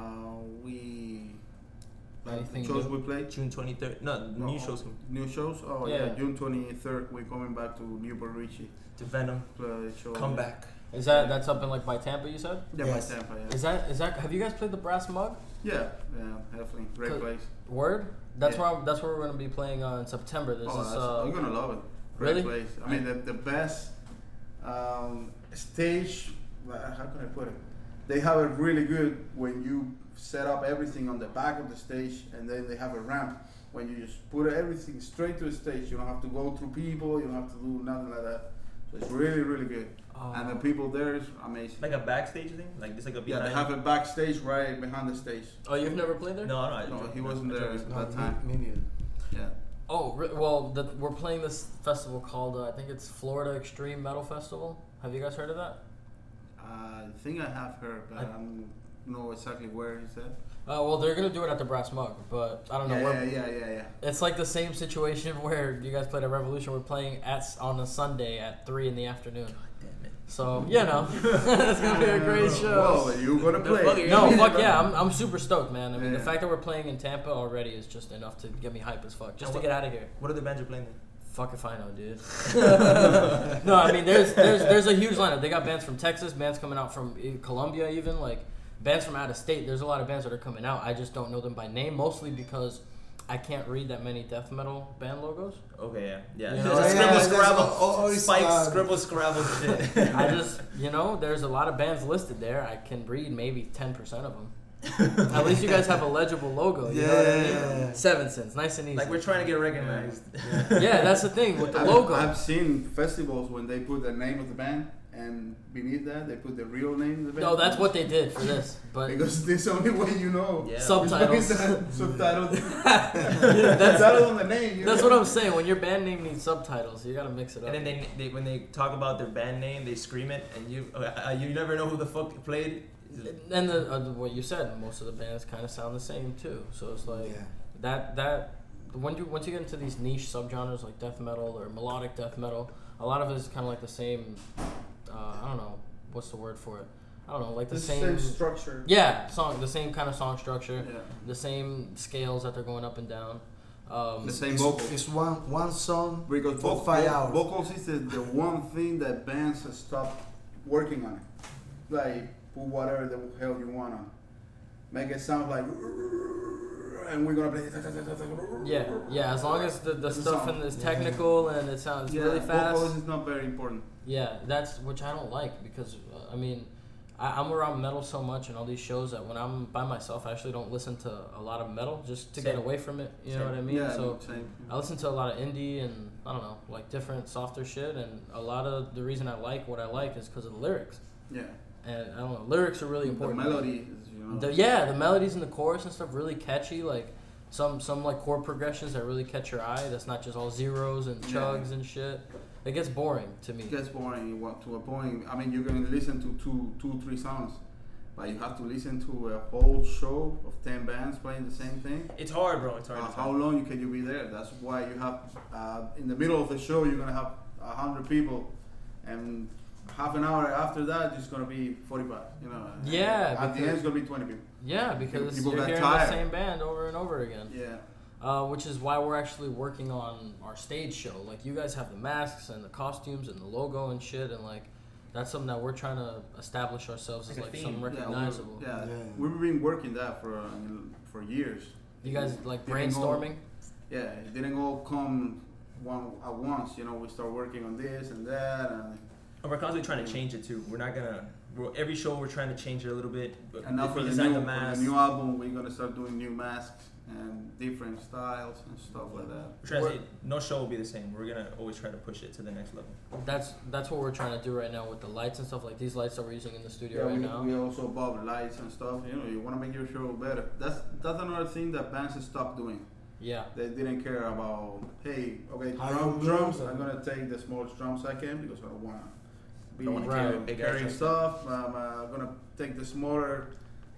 S3: we like the
S1: Anything
S3: shows
S1: new?
S3: we play.
S9: June 23rd. No,
S3: No,
S9: new shows come
S3: New shows. Oh yeah,
S1: Yeah.
S3: June twenty third. We're coming back to Newport Richie.
S9: to Venom.
S3: Play a show.
S9: Come back.
S1: Is that that's up in like by Tampa? You said.
S3: Yeah,
S5: Yes.
S3: by Tampa. Yeah.
S1: Is that is that? Have you guys played the Brass Mug?
S3: yeah, yeah, definitely great
S1: Cool.
S3: place.
S1: Word. That's
S3: Yeah.
S1: where I'm, that's where we're gonna be playing uh, in September. This
S3: oh,
S1: is
S3: that's-
S1: uh,
S3: you're gonna love it. Great
S1: really?
S3: place. I mean, the, the best um, stage. uh, How can I put it? They have it really good when you set up everything on the back of the stage, and then they have a ramp when you just put everything straight to the stage. You don't have to go through people. You don't have to do nothing like that. So it's really, really good.
S1: Oh.
S3: and the people there is amazing.
S9: Like a backstage thing? Like, this like a
S3: yeah,
S9: behind.
S3: they have it backstage right behind the stage.
S1: oh, you've never played there.
S9: No, no, I-
S3: No, he
S9: I-
S3: wasn't
S9: I-
S3: there at that time.
S5: Me, me neither.
S3: Yeah.
S1: Oh, re- well, the, we're playing this festival called uh, I think it's Florida Extreme Metal Festival. Have you guys heard of that?
S3: I think I have heard, but I don't know exactly where it's at.
S1: Uh, well, they're gonna do it at the Brass Mug, but I don't know
S3: Yeah,
S1: where.
S3: yeah, yeah, yeah, yeah.
S1: It's like the same situation where you guys played at Revolution. We're playing at on a Sunday at three in the afternoon.
S9: Damn it.
S1: So you know, it's gonna be a great show.
S3: Whoa, you gonna
S9: The
S3: play?
S9: fuck are you-
S1: No, fuck yeah, I'm, I'm super stoked, man. I mean, the
S3: Yeah.
S1: fact that we're playing in Tampa already is just enough to get me hype as fuck, just
S9: And
S1: to
S9: what-
S1: get out of here.
S9: What other bands are playing then?
S1: Fuck if I know, dude. no, I mean, there's there's there's a huge lineup. They got bands from Texas, bands coming out from e- Colombia, even like bands from out of state. There's a lot of bands that are coming out. I just don't know them by name, mostly because I can't read that many death metal band logos.
S9: Okay, yeah. Yeah.
S1: You
S9: yeah,
S1: know,
S9: yeah
S1: yeah,
S9: scribble,
S5: that's
S9: scrabble.
S5: al- al- always,
S9: Spike,
S5: uh,
S9: scribble, scrabble shit.
S1: I just, you know, there's a lot of bands listed there. I can read maybe 10% of them. At least you guys have a legible logo. You know what I mean?
S5: Yeah.
S1: Seven cents, nice and easy.
S9: like, we're trying to get recognized.
S1: yeah, that's the thing with the
S3: I've,
S1: logo.
S3: I've seen festivals when they put the name of the band and beneath that they put the real name of the band.
S1: no, that's what they did for this. But
S3: Because this the only way you know.
S9: Yeah.
S1: subtitles.
S3: Subtitles.
S1: that's,
S3: Subtitle on the name. you
S1: that's
S3: know.
S1: what I'm saying. When your band name needs subtitles, you gotta mix it up.
S9: And then they, they when they talk about their band name, they scream it, and you uh, you never know who the fuck played.
S1: and the, uh, what you said, most of the bands kind of sound the same too. So it's like
S5: Yeah.
S1: that that when you once you get into these niche subgenres like death metal or melodic death metal, a lot of it is kind of like the same. Uh, I don't know what's the word for it. I don't know, like the,
S3: It's the
S1: same.
S3: structure.
S1: yeah, song the same kind of song structure,
S3: Yeah.
S1: the same scales that they're going up and down. Um,
S3: The same
S5: It's,
S3: vocals.
S5: it's one one song
S3: Because
S5: for
S3: voc-
S5: five
S3: voc-
S5: hours.
S3: vocals is the, the one thing that bands have stopped working on it. Like put whatever the hell you want on. Make it sound like and we're gonna play
S1: yeah, yeah. As long as the, the
S3: It's a
S1: stuff
S3: song.
S1: in is technical and it sounds really fast.
S3: Vocals is not very important.
S1: Yeah, that's which I don't like because uh, I mean, I, I'm around metal so much and all these shows that when I'm by myself, I actually don't listen to a lot of metal just to get
S9: Same.
S1: away from it. You know
S9: Same.
S1: what I mean?
S3: yeah,
S1: so
S3: same.
S1: I listen to a lot of indie and I don't know, like different softer shit. And a lot of the reason I like what I like is because of the lyrics.
S3: Yeah,
S1: And I don't know, lyrics are really
S3: the
S1: important.
S3: melody is you know.
S1: The- yeah, the melodies in the chorus and stuff really catchy. Like some some like chord progressions that really catch your eye. That's not just all zeros and
S3: Yeah.
S1: chugs and shit. It gets boring to me.
S3: it gets boring wa- to a point. I mean, you're gonna listen to two, two, three songs, but you have to listen to a whole show of ten bands playing the same thing.
S9: It's hard, bro. It's hard.
S3: Uh,
S9: it's
S3: how
S9: hard.
S3: long you can you be there? That's why you have uh, in the middle of the show you're gonna have a hundred people, and half an hour after that it's gonna be forty-five. You know. and
S1: Yeah,
S3: At the
S1: because-
S3: end it's gonna be twenty people.
S1: Yeah, because
S3: people
S1: you're
S3: got
S1: hearing
S3: tired.
S1: the same band over and over again,
S3: Yeah.
S1: uh, which is why we're actually working on our stage show. Like you guys have the masks and the costumes and the logo and shit, and like that's something that we're trying to establish ourselves as
S9: Like a
S1: like something
S9: theme.
S3: Yeah, we-
S1: recognizable.
S3: Yeah,
S5: Yeah.
S3: we've been working that for uh, for years.
S1: You guys like
S3: Didn't go-
S1: brainstorming.
S3: yeah, it didn't all come one at once. You know, we start working on this and that, and,
S9: And we're constantly trying to change it too. We're not gonna. We're, every show we're trying to change it a little bit. But
S3: and now
S9: if
S3: for
S9: we
S3: the,
S9: design
S3: new,
S9: the
S3: for
S9: mask,
S3: the new album, we're gonna start doing new masks and different styles and stuff like that.
S9: we're trying to
S1: We're-
S9: say, no show will be the same. We're gonna always try to push it to the next level.
S1: That's that's what we're trying to do right now with the lights and stuff. Like these lights that we're using in the studio right
S3: we,
S1: now.
S3: we also bought lights and stuff. You know, you want to make your show better. That's that's another thing that bands stop doing.
S1: Yeah.
S3: They didn't care about hey, okay,
S5: How
S3: drum,
S5: you
S3: drums. I'm
S5: lose and-
S3: gonna take the smallest drums I can because I don't wanna be
S9: Don't wanna
S1: carry
S3: carrying
S9: big ass drums.
S3: stuff. I'm uh, gonna take the smaller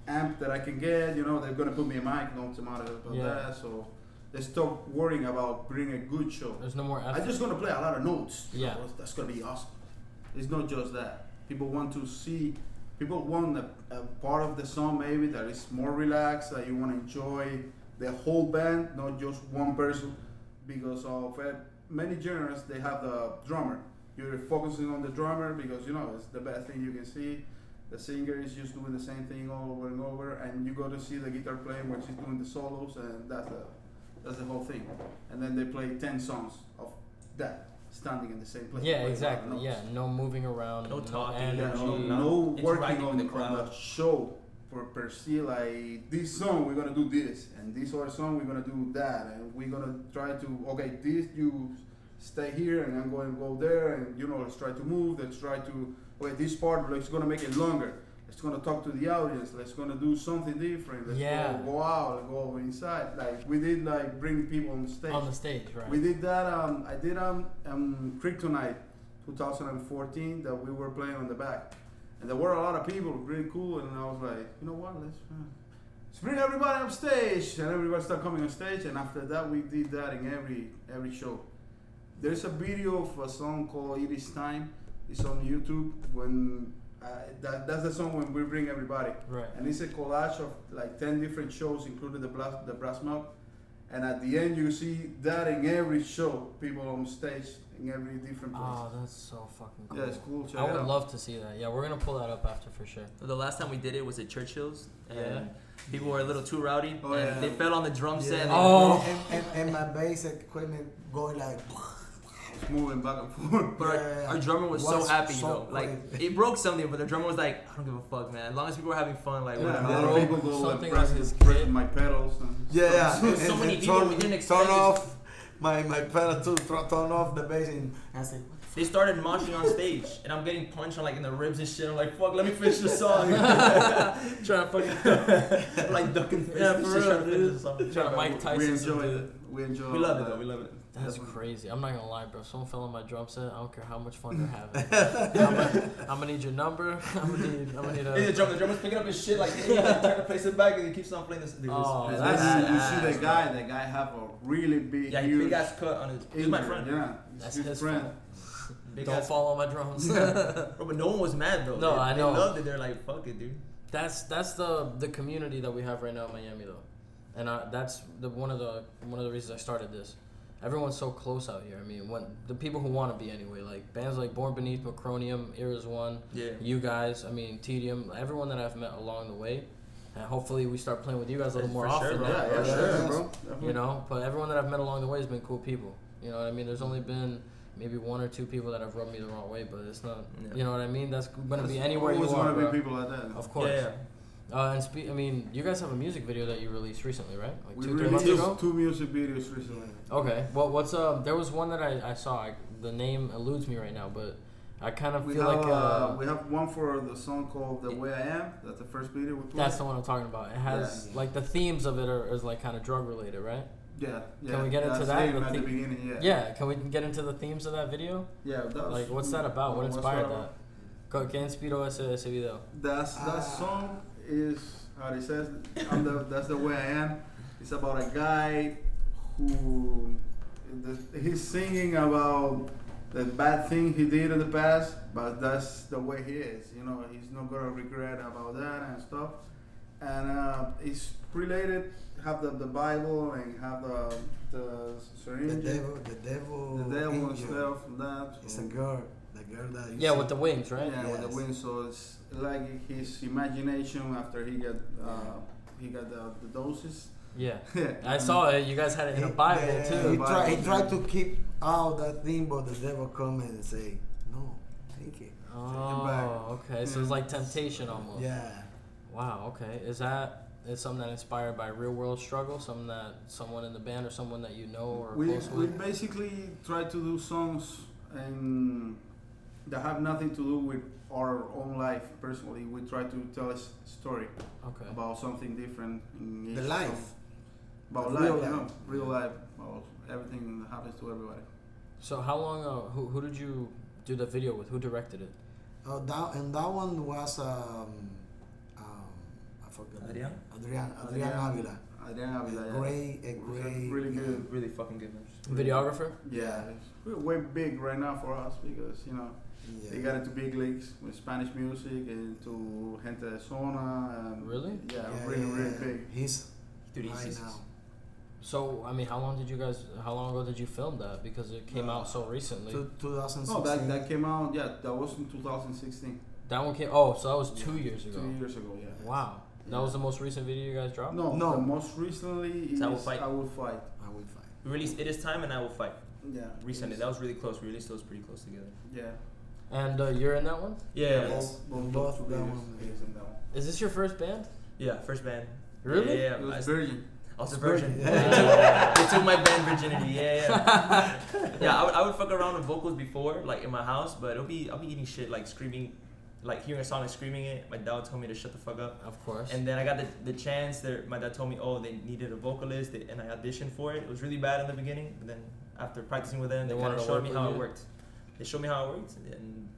S3: amp that I can get. You know, they're gonna put me a mic. Don't matter about
S1: Yeah.
S3: that. So they stop worrying about bringing a good show.
S1: There's no more effort.
S3: I'm just gonna play a lot of notes.
S1: Yeah.
S3: That's- that's gonna be awesome. It's not just that. People want to see. People want a, a part of the song maybe that is more relaxed. That you want to enjoy the whole band, not just one person. Because of uh, many genres, they have the drummer. You're focusing on the drummer because you know it's the best thing you can see. The singer is just doing the same thing over and over, and you go to see the guitar player when she's doing the solos, and that's the that's the whole thing. And then they play ten songs of that standing in the same place.
S1: yeah,
S3: Like,
S1: exactly.
S3: no-
S1: Yeah, no moving around.
S9: No talking,
S1: energy.
S3: yeah, no,
S9: no
S3: no working
S9: interacting
S3: on
S9: with
S3: the,
S9: the
S3: on the
S9: crowd.
S3: show for per se. Like this song, we're gonna do this, and this other song, we're gonna do that, and we're gonna try to okay, this you stay here, and I'm going to go there, and you know, let's try to move, let's try to okay, this part, let's gonna make it longer. Let's gonna talk to the audience. Let's gonna do something different. Let's
S1: Yeah.
S3: go, go out, let's go inside. Like we did, like bring people on stage.
S1: On the stage, right?
S3: We did that. Um, I did um, um Kryptonite, 2014, that we were playing on the back, and there were a lot of people, really cool. And I was like, you know what, let's, uh, let's bring everybody on stage, and everybody started coming on stage. And after that, we did that in every every show. There's a video of a song called "It Is Time." It's on YouTube. When uh, that, that's the song when we bring everybody
S1: right.
S3: and it's a collage of like 10 different shows including the brass, the brass mouth and at the end you see that in every show people on stage in every different place
S1: Oh, that's so fucking cool.
S3: yeah it's cool check
S1: I
S3: it
S1: would
S3: out.
S1: love to see that. Yeah, we're gonna pull that up after for sure.
S9: So the last time we did it was at Churchill's, and
S1: Yeah.
S9: people were a little too rowdy,
S3: Oh,
S9: and
S3: yeah.
S9: they fell on the drum set. And
S1: Oh.
S5: And, and, and my bass equipment going like.
S3: it's moving back and forth
S9: But
S5: Yeah.
S9: our, our drummer was so
S5: Was
S9: happy,
S5: so
S9: though. Like
S5: crazy.
S9: it broke something, but the drummer was like, "I don't give a fuck, man. As long as people are having fun, like."
S3: yeah,
S9: we're
S3: a
S9: good."
S3: lot of
S1: Yeah.
S3: people go like
S1: Something
S3: press,
S1: like this
S3: press
S1: kid.
S3: my pedals and
S5: Yeah, yeah.
S9: So-
S5: and-
S9: so
S5: and-
S9: many
S5: and
S9: people,
S5: turn,
S9: we didn't expect
S5: turn
S9: this.
S5: off my my pedal too. Turn, turn off the bass and I said,
S9: They started moshing on stage, and I'm getting punched on like in the ribs and shit. I'm like, "Fuck, let me finish the song."
S1: Trying to fucking
S9: like ducking fists,
S1: Yeah,
S9: and
S1: for
S9: shit,
S1: real,
S9: trying to finish
S1: dude.
S9: the song.
S1: trying to Mike Tyson.
S3: we enjoy it we enjoy
S9: We love
S3: all
S9: it though.
S3: that.
S9: We love it.
S1: That's
S3: Definitely.
S1: crazy. I'm not gonna lie, bro. If someone fell on my drum set, I don't care how much fun they're having. I'm, gonna, I'm gonna need your number. I'm gonna need. I'm gonna need
S9: And the
S1: a.
S9: drum, the drummer's picking up his shit, like, hey, like, trying to place it back, and he keeps on playing this. Dude, this-
S1: Oh,
S3: And
S9: this-
S1: that's
S3: then you, you
S9: ass,
S3: see the
S9: bro.
S3: guy the guy have a really big
S9: Yeah, he
S3: huge
S9: big ass cut on his. He's my
S3: injury,
S9: friend.
S3: yeah it's
S1: That's
S3: his,
S1: his
S3: friend
S1: fault.
S9: Big
S1: Don't
S9: ass.
S1: fall on my drums.
S9: Bro, but no one was mad though.
S1: No,
S9: they,
S1: I
S9: they
S1: know.
S9: loved it. They're like, fuck it, dude.
S1: that's that's the the community that we have right now in Miami though, and I, that's the one of the one of the reasons I started this. Everyone's so close out here. I mean, when the people who want to be anyway, like bands like Born Beneath, Macronium, Eras One,
S9: Yeah.
S1: you guys. I mean, Tedium, everyone that I've met along the way, and hopefully we start playing with you guys a little
S9: For
S1: more
S9: sure,
S1: often.
S9: bro.
S1: now.
S3: yeah, yeah,
S5: Yeah.
S3: sure, bro.
S1: You know, but everyone that I've met along the way has been cool people. You know what I mean? There's only been maybe one or two people that have rubbed me the wrong way, but it's not.
S9: Yeah.
S1: You know what I mean? That's gonna be anywhere you
S3: always
S1: are.
S3: want to
S1: bro.
S3: be people like that
S1: Of course.
S9: Yeah, yeah.
S1: Uh, and spe- I mean, you guys have a music video that you released recently, right? Like
S3: we
S1: two, three months ago.
S3: released two music videos recently
S1: Okay. Well, what's uh? There was one that I, I saw. I, the name eludes me right now, but I kind of
S3: We
S1: feel
S3: have,
S1: like
S3: uh,
S1: uh,
S3: we have one for the song called "The Way I Am." That's the first video we put.
S1: that's the one I'm talking about. It has like the themes of it are is like kind of drug related, right?
S3: yeah, yeah.
S1: Can we get
S3: that's
S1: into that?
S3: him
S1: The
S3: at the
S1: thing-
S3: beginning? Yeah.
S1: Yeah. Can we get into the themes of that video?
S3: Yeah. That was,
S1: Like, what's that about? What
S3: what's
S1: inspired
S3: about-
S1: that? Co- ¿Qué inspiró ese, ese video?
S3: That's that
S5: Ah.
S3: song is how it says. I'm the, that's the way I am. It's about a guy who the, he's singing about the bad thing he did in the past, but that's the way he is. You know, he's not gonna regret about that and stuff. And uh, it's related. Have the, the Bible and have the the
S5: the
S1: Mm-hmm.
S3: syringe,
S5: devil, the devil,
S3: the devil and
S5: angel.
S3: stuff. and That
S5: It's
S3: so-
S5: a girl, the girl that. You
S1: Yeah,
S5: see.
S1: with the wings, right?
S3: yeah, with
S5: Yes.
S3: the wind, so it's like his imagination after he got uh, he got the, the doses.
S1: Yeah.
S3: Yeah,
S1: I saw it. You guys had it in a Bible
S5: yeah, He,
S1: too.
S3: Bible.
S5: try, he tried to keep out that thing, but the devil come and say, no, take it.
S1: Oh, okay. So it's like temptation almost.
S5: Yeah.
S1: Wow. Okay. Is that is something that inspired by real world struggle? Something that someone in the band or someone that you know or
S3: We,
S1: close
S3: we
S1: with?
S3: basically try to do songs and that have nothing to do with our own life personally. We try to tell a s- story
S1: Okay.
S3: about something different. In
S5: The
S3: each
S5: life.
S3: song. about life,
S5: Real
S3: you know,
S5: life.
S3: real life, about everything that happens to everybody.
S1: So how long? Uh, who who did you do the video with? Who directed it?
S5: Oh, that and that one was um, um I forgot. the name.
S4: Adrian?
S5: Adrian. Adrian
S3: Adrian.
S5: Avila.
S3: I didn't have that.
S5: A
S3: yet.
S5: great, a
S3: It was
S5: great.
S3: really good.
S4: Really fucking good, man.
S1: Videographer.
S3: Yeah, it's- we're way big right now for us because you know they
S5: Yeah.
S3: got into big leagues with Spanish music and to gente de zona. And
S1: Really?
S3: Yeah,
S5: Yeah,
S3: really,
S5: yeah,
S3: really
S5: yeah.
S3: big.
S5: He's
S4: Dude, he's,
S5: high
S4: he's-
S5: now.
S1: So I mean, how long did you guys? How long ago did you film that? Because it came
S4: Uh,
S1: out so recently.
S5: Two,
S3: No,
S5: 2016.
S3: that, that came out. Yeah, that was in 2016,
S1: that one came. Oh, so that was two years ago.
S3: two years ago. Yeah.
S1: Wow, that was the most recent video you guys dropped.
S3: No,
S5: No.
S3: no. The most recently
S4: It's
S3: is
S4: I Will Fight.
S3: I will fight.
S5: I will find.
S4: we released It Is Time and I Will Fight
S3: Yeah.
S4: recently.
S3: it's-
S4: That was really close. We released those pretty close together.
S3: Yeah.
S1: And uh, you're in that one.
S4: Yeah, yeah, yeah.
S5: Yes. Both
S3: two
S5: that
S3: videos,
S5: one.
S3: it is in that one.
S1: Is this your first band?
S4: first band.
S1: Really?
S4: Yeah,
S3: It
S4: yeah.
S3: was
S4: I s-
S3: Virgin.
S4: I was a virgin.
S5: Virgin.
S4: They took- they took my band virginity. Yeah, yeah. yeah, I would, I would fuck around with vocals before, like in my house, but it'll be I'll be eating shit, like screaming, like hearing a song and screaming it. My dad told me to shut the fuck up.
S1: Of course.
S4: And then I got the, the chance that my dad told me, oh, they needed a vocalist, they, and I auditioned for it. It was really bad in the beginning, but then after practicing with them,
S1: They
S4: they, kind
S1: wanted
S4: of
S1: to work
S4: showed me
S1: with
S4: how
S1: you?
S4: it worked. They showed me how it worked, and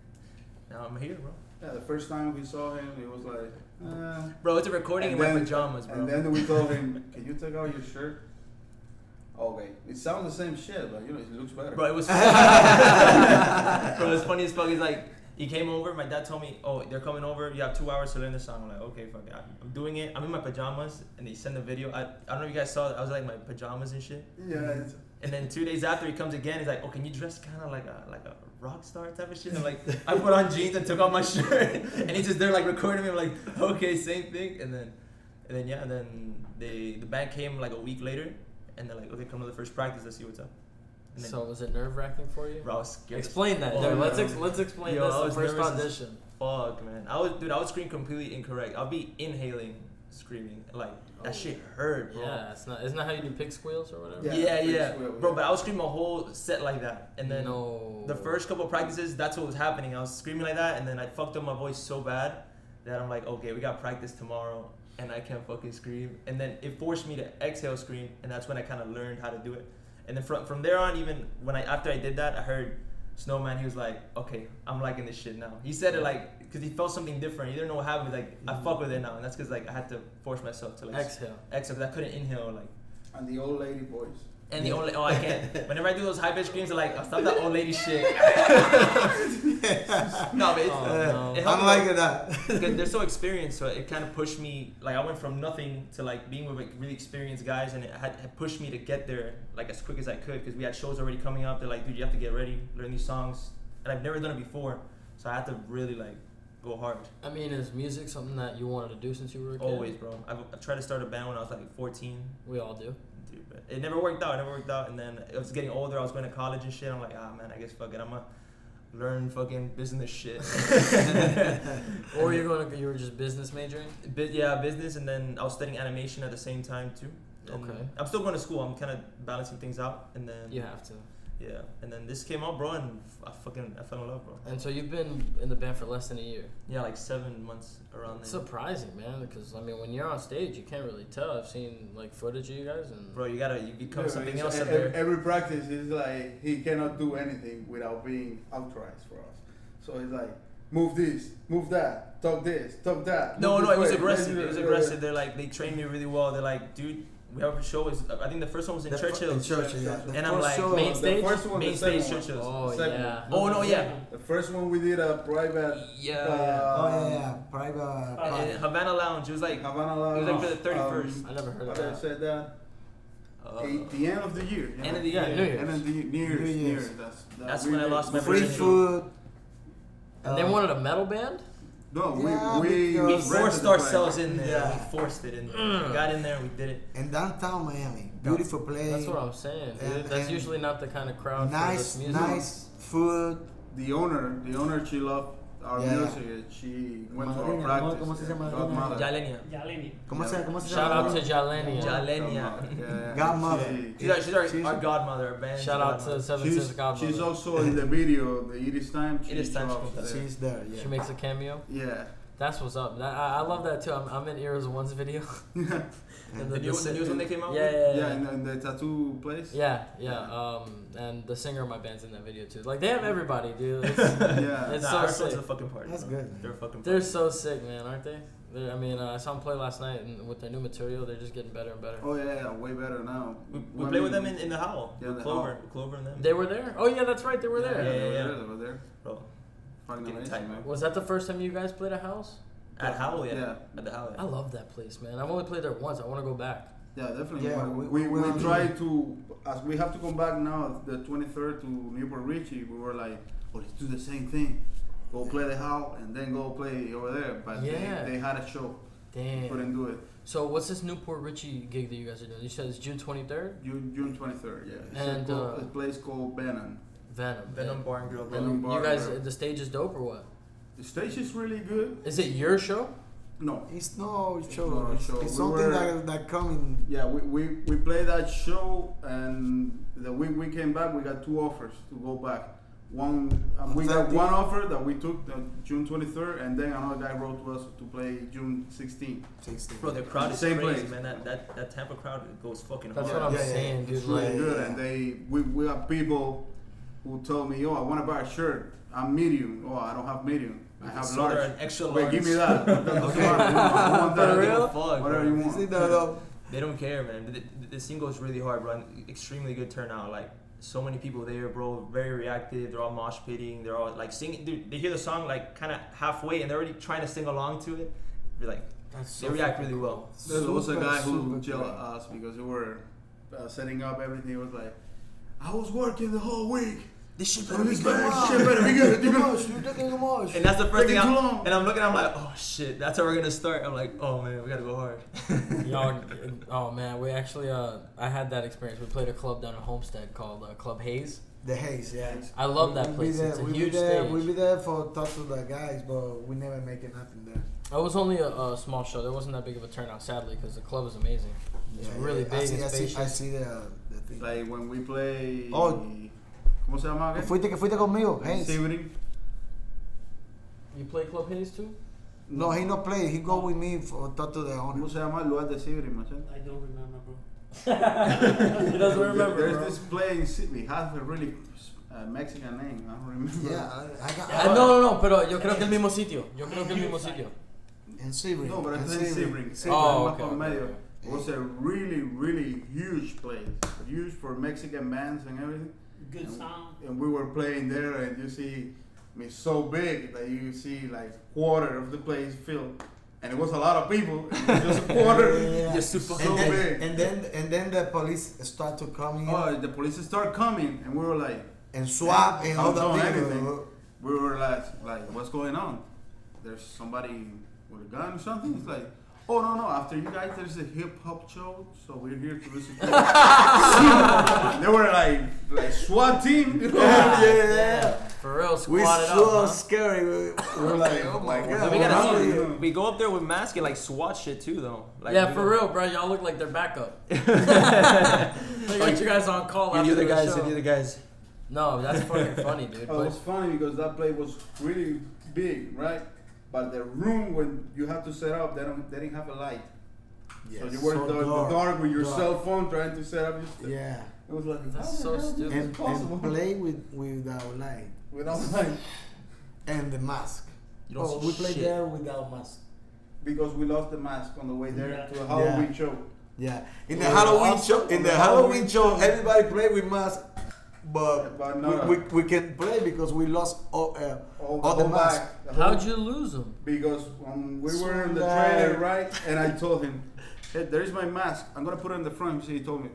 S4: now I'm here, bro.
S3: Yeah, the first time we saw him, it was like. Uh,
S4: Bro, it's a recording
S3: And
S4: in my
S3: then-
S4: pajamas, bro.
S3: and then we told him, "Can you take out your shirt?" Okay, it sounds the same shit, but you know it looks better.
S4: Bro, it was. bro, it's funny as fuck. He's like, he came over. My dad told me, "Oh, they're coming over. You have two hours to learn the song." I'm like, "Okay, fuck it. I'm doing it. I'm in my pajamas." And they send the video. I, I don't know if you guys saw. it. I was like my pajamas and shit.
S3: Yeah, it's,
S4: And then two days after, he comes again. He's like, "Oh, can you dress kind of like a like a rock star type of shit?" And like, I put on jeans and took off my shirt, and he's just there like recording me. I'm like, "Okay, same thing." And then, and then yeah, and then they the band came like a week later, and they're like, "Okay, come to the first practice. Let's see what's up." And then,
S1: so was it nerve wracking for you?
S4: bro, I was scared. as
S1: Explain that.
S4: Oh,
S1: dude.
S4: yeah.
S1: Let's ex- let's explain
S4: Yo,
S1: this.
S4: I
S1: The
S4: was
S1: first
S4: nervous as-
S1: audition.
S4: Fuck, man. I was, dude. I would scream completely incorrect. I'll be inhaling, screaming like that.
S5: Oh.
S4: Shit hurt, bro.
S1: Yeah, it's not. Isn't that how you do pig squeals or whatever?
S3: Yeah,
S4: Yeah, yeah,
S3: pretty sweet,
S4: bro.
S3: yeah.
S4: But I would scream a whole set like that, and then
S1: no.
S4: the first couple practices, that's what was happening. I was screaming like that, and then I fucked up my voice so bad that I'm like, okay, we got practice tomorrow, and I can't fucking scream. And then it forced me to exhale scream, and that's when I kind of learned how to do it. And then from from there on, even when I after I did that, I heard Snowman. He was like, okay, I'm liking this shit now. He said it like because he felt something different. He didn't know what happened. He's Like I fuck with it now, and that's because like I had to force myself to like
S1: exhale.
S4: exhale. 'cause I couldn't inhale like.
S3: and the old lady voice.
S4: And the only oh I can't. Whenever I do those high pitched screams, I'm like, oh, stop that old lady shit. no, but it's,
S1: Oh,
S4: uh,
S1: no.
S4: it helped
S5: I'm
S4: me,
S5: like uh, that.
S4: because they're so experienced, so it kind of pushed me. Like I went from nothing to like being with like really experienced guys, and it had it pushed me to get there like as quick as I could because we had shows already coming up. They're like, dude, you have to get ready, learn these songs, and I've never done it before, so I had to really like go hard.
S1: I mean, is music something that you wanted to do since you were a kid?
S4: Always, bro. I've, I tried to start a band when I was like 14.
S1: We all do.
S4: Dude, but it never worked out. It never worked out. And then I was getting older. I was going to college and shit. I'm like, ah, man, I guess fuck it. I'm gonna learn fucking business shit.
S1: Or you're going to you were just business majoring.
S4: Bu- yeah, business. And then I was studying animation at the same time too. And
S1: Okay.
S4: I'm still going to school. I'm kind of balancing things out. And then
S1: You have to.
S4: yeah. And then this came out, bro, and f- I fucking I fell in love, bro.
S1: And so you've been in the band for less than a year.
S4: Yeah, like seven months around there.
S1: It's surprising, man, because I mean, when you're on stage, you can't really tell. I've seen like footage of you guys, and
S4: bro, you gotta you become
S3: Yeah,
S4: something
S3: it's-
S4: else up
S3: e- e-
S4: there.
S3: Every practice is like he cannot do anything without being authorized for us. So he's like, move this, move that, talk this, talk that.
S4: No,
S3: move
S4: no,
S3: this
S4: it was
S3: way,
S4: aggressive.
S3: this
S4: It was
S3: way,
S4: aggressive. They're like they trained me really well. They're like, dude, we have a show. Is I think the first one was in
S5: The fir-
S4: Churchill.
S5: in Churchill, yeah. The
S4: And I'm
S5: first
S4: like,
S5: show,
S4: main
S5: the
S4: stage,
S3: first one, the
S4: main stage
S3: second one.
S4: Churchill's.
S1: oh
S3: Second.
S1: yeah,
S4: Oh, no, yeah.
S3: The first one we did a private
S4: Yeah.
S5: oh
S3: Uh,
S5: yeah, yeah. Private.
S4: yeah.
S5: party.
S4: And Havana Lounge. It was like,
S3: Havana
S4: it was like
S3: Lounge,
S4: for the
S3: um,
S4: 31st.
S1: I never heard of
S3: how do I
S1: that.
S3: say that?
S4: uh,
S3: At the end of the year. you
S4: end
S3: know?
S4: of the
S1: Yeah,
S4: year.
S1: New Year's.
S3: And then the New Year's,
S5: New
S3: New
S5: Year's.
S3: Year's. That's, that
S4: That's
S3: we
S4: when I
S3: did-
S4: lost my
S5: Free
S4: virginity.
S5: food.
S1: And they
S5: Um,
S1: wanted a metal band.
S3: No,
S5: Yeah,
S3: we, we,
S5: because-
S4: We
S5: Rented
S4: forced
S3: the
S4: ourselves
S3: place.
S4: in there.
S5: Yeah.
S4: We forced it in.
S1: Mm.
S4: there. We got in there. We did it.
S5: Uh, in downtown Miami. Beautiful place.
S1: That's what I'm saying. dude.
S5: and-
S1: That's
S5: and-
S1: usually not the kind of crowd for
S5: nice,
S1: this music.
S5: nice food.
S3: The owner, the owner, she loved our
S5: Yeah.
S3: music. and She went
S5: Madrina,
S3: to
S5: ¿no?
S3: our practice. eh,
S5: ¿Cómo se llama?
S3: Godmother.
S4: Jalenia.
S8: Yaleni.
S5: ¿Cómo se, cómo se
S1: Shout
S5: llama?
S1: out to Jalenia.
S4: Jal- Jalenia.
S3: Godmother, yeah.
S5: Godmother.
S3: She-
S4: She's our, she's our,
S5: She's-
S4: our godmother. Our band.
S1: Shout out to Seven
S3: She's,
S1: Sins Godmother.
S3: she's also in the video, the It Is Time.
S4: It Is Time,
S3: shows
S4: she comes
S3: there.
S5: She's there. Yeah.
S1: She makes a cameo.
S3: eh, Yeah.
S1: That's what's up. That, I, I love that too. I'm, I'm in Eras One's video. and
S9: The, new, the
S1: si-
S9: newest one they came
S1: yeah,
S9: out
S1: yeah,
S9: with?
S1: yeah,
S3: yeah, in, the, in the tattoo place.
S1: yeah, yeah. Um, and the singer of my band's in that video too. Like they have everybody, dude. It's,
S3: Yeah.
S1: it's
S9: nah,
S1: so
S9: our
S1: sick.
S9: songs are the fucking party.
S5: That's
S9: bro.
S5: good, man.
S9: They're a fucking
S1: They're
S9: party.
S1: so sick, man, aren't they? They're, I mean, uh, I saw them play last night, and with their new material, they're just getting better and better.
S3: Oh yeah, yeah, way better now.
S9: We, we
S3: Well, I
S9: played with
S3: mean,
S9: them in, in the Howl.
S3: Yeah,
S9: with
S3: the
S9: Clover.
S3: Howl.
S9: with Clover and them.
S1: They were there. Oh yeah, that's right, they were
S3: Yeah,
S1: there.
S9: Yeah, yeah, yeah.
S3: They were there. They were there.
S9: Bro,
S3: Fucking
S9: Getting
S3: amazing,
S9: tight,
S3: man.
S1: Was that the first time you guys played a house?
S9: at Howl, yeah.
S3: Yeah.
S9: At the Howl, yeah.
S1: I love that place, man. I've only played there once. I want to go back.
S3: Yeah, definitely.
S5: Yeah,
S3: we, we,
S5: we-
S3: we,
S5: we are-
S3: try to, as we have to come back now, the 23rd to Newport Richie, we were like, well, let's do the same thing. Go play the house and then go play over there. But
S1: Yeah.
S3: they, they had a show,
S1: Damn.
S3: couldn't do it.
S1: So what's this Newport Richie gig that you guys are doing? You said it's June 23rd.
S3: June, June 23rd, yeah. It's
S1: And,
S3: a, co-
S1: uh,
S3: a place called Bannon.
S1: Venom.
S9: Venom Bar and Grill, bro.
S3: Venom
S1: You
S3: Bar,
S1: guys,
S3: bro.
S1: the stage is dope or what?
S3: The stage is really good.
S1: Is it your show?
S3: No,
S5: It's no
S3: It's
S5: show.
S3: not a
S5: It's,
S3: show. We
S5: it's something
S3: were-
S5: that that coming.
S3: yeah, we, we, we played that show, and the week we came back, we got two offers to go back. One, um, we got
S5: Exactly.
S3: one offer that we took uh, June 23rd, and then another guy wrote to us to play June 16th.
S5: Takes the
S9: Bro, the crowd is
S3: Same
S9: crazy,
S3: place.
S9: man. That, that that Tampa crowd goes fucking
S1: That's
S9: hard.
S1: what I'm
S5: Yeah, yeah,
S1: saying,
S5: it's
S1: dude.
S3: It's really
S1: like-
S3: good, and they we, we have people who tell me, "Yo, I want to buy a shirt. I'm medium. Oh, I don't have medium. I have
S9: so
S3: large.
S9: they're an extra large.
S3: Wait, give me that. okay. I want that.
S1: For real?
S9: Fuck,
S3: Whatever
S9: bro.
S3: you uh,
S5: See, uh,
S3: want.
S5: no, no.
S9: They don't care, man. The, the, the single's really hard, bro. and Extremely good turnout. Like so many people there, bro. Very reactive. They're all mosh pitting. They're all like singing. Dude, they hear the song like kind of halfway, and they're already trying to sing along to it. They're like,
S1: That's
S9: they react really well.
S3: There was a
S5: Super,
S3: guy who
S5: super
S3: jailed
S5: great.
S3: us because we were uh, setting up everything. He was like, "I was working the whole week.
S9: This shit
S3: So this
S5: good.
S3: guy- shit better be good.
S5: Too much, you're taking too much.
S9: And that's the first
S3: Taking
S9: thing.
S3: too
S9: I'm,
S3: long.
S9: and I'm looking. I'm like, oh shit. That's how we're gonna start. I'm like, oh man, we gotta go hard.
S1: Y'all, oh man, we actually uh, I had that experience. We played a club down in Homestead called uh, Club Hayes.
S5: The haze, yeah.
S1: I love that
S5: We'll
S1: place.
S5: Be there.
S1: It's a
S5: we'll
S1: huge
S5: be there.
S1: stage.
S5: We'll be there for talk to the guys, but we never make it happen there.
S1: It was only a, a small show. There wasn't that big of a turnout, sadly, because the club is amazing. It's really big.
S5: I see,
S1: and
S5: I see, I
S1: spacious.
S5: see the, the thing.
S3: Like when we play.
S5: Oh.
S3: ¿Cómo se llama? again?
S5: fuiste que fuiste conmigo, Hayes.
S3: Sebring.
S1: You play Club Hayes too?
S5: No, he no play. He go with me for talk to the owner.
S3: ¿Cómo se llama el lugar de Sebring, machete?
S8: I don't remember, bro.
S1: he doesn't remember.
S3: There's
S1: bro.
S3: this play in Sydney. Has a really uh, Mexican name. I don't remember.
S5: Yeah, I, I got.
S1: Ah, no, no, no, pero yo creo que el mismo sitio. Yo creo que el mismo sitio.
S5: And Sebring.
S3: No, but I
S5: and
S3: played Sebring. Sebring
S1: Oh,
S3: Mapa
S1: okay, okay,
S3: Medio
S1: okay.
S3: was a really, really huge place. Huge for Mexican bands and everything.
S8: Good
S3: Yeah.
S8: sound.
S3: And we were playing there, and you see, I mean, so big that you see like quarter of the place filled, and it was a lot of people. and it was just a quarter.
S5: Yeah.
S9: Just super
S5: And
S3: So
S5: then,
S3: big.
S5: and then and then the police start to come in
S3: Oh, the police start coming, and we were like,
S5: and swap and all
S3: I'm doing
S5: the
S3: everything.
S5: people.
S3: we were like, like, what's going on? There's somebody with a gun or something. It's like, oh no no. After you guys, there's a hip hop show, so we're here to listen. to you." they were like, like SWAT team. You know?
S1: Damn, For real,
S5: We
S1: squad it
S5: so
S1: up. huh?
S5: scary. We were like, oh my god.
S9: we,
S5: what
S9: gotta
S5: happened
S9: see-
S5: here?
S9: we go up there with mask and like swat shit too, though. Like,
S1: yeah,
S9: we
S1: for
S9: go-
S1: real, bro. Y'all look like they're backup. they got you guys on call
S9: And the
S1: after
S9: other
S1: the
S9: guys,
S1: show.
S9: and the other guys.
S1: No, that's fucking funny, dude.
S3: Oh, it was
S1: But
S3: funny because that play was really big, right? But the room when you have to set up, they don't, they didn't have a light. So you were
S5: So
S3: in the,
S5: dark,
S3: the dark with your
S5: dark.
S3: cell phone trying to set up. Your stuff.
S5: Yeah.
S3: It was like
S1: That's
S3: how the
S1: so
S3: hell is
S1: stupid.
S3: this
S5: And,
S3: possible?
S5: and play with without light
S3: Without light,
S5: and the mask.
S9: You don't
S5: oh,
S9: see
S5: we play
S9: shit.
S5: there without mask.
S3: because we lost the mask on the way there
S8: Yeah.
S3: to a Halloween
S5: Yeah.
S3: show.
S5: Yeah. In the
S3: Yeah,
S5: Halloween
S3: also
S5: show, in
S3: the
S5: the Halloween
S3: Halloween
S5: show,
S3: show.
S5: everybody play with mask, but,
S3: But not-
S5: we, we, we can play because we lost all, uh, all,
S3: All
S5: the mask.
S3: back, the whole-
S1: how'd you lose them?
S3: Because um, we
S5: So
S3: were in the
S5: bad.
S3: trailer, right? And I told him, hey, there is my mask. I'm going to put it in the front. So he told me,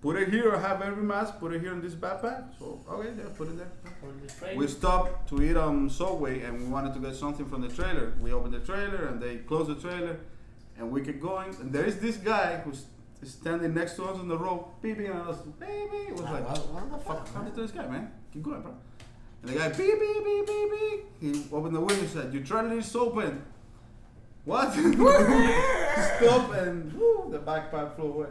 S3: put it here. I have every mask. Put it here in this backpack. So, okay, yeah, put it there.
S8: Or the train.
S3: We stopped to eat on Subway and we wanted to get something from the trailer. We opened the trailer and they closed the trailer and we kept going. And there is this guy who's standing next to us on the road, beeping at us, baby. It was like,
S5: what-
S3: what the fuck happened to this guy, man? Keep going, bro. And the guy, beep, beep, beep, beep, beep. He opened the window and said, your trailer is open. What? Stop and woo, the backpack flew away.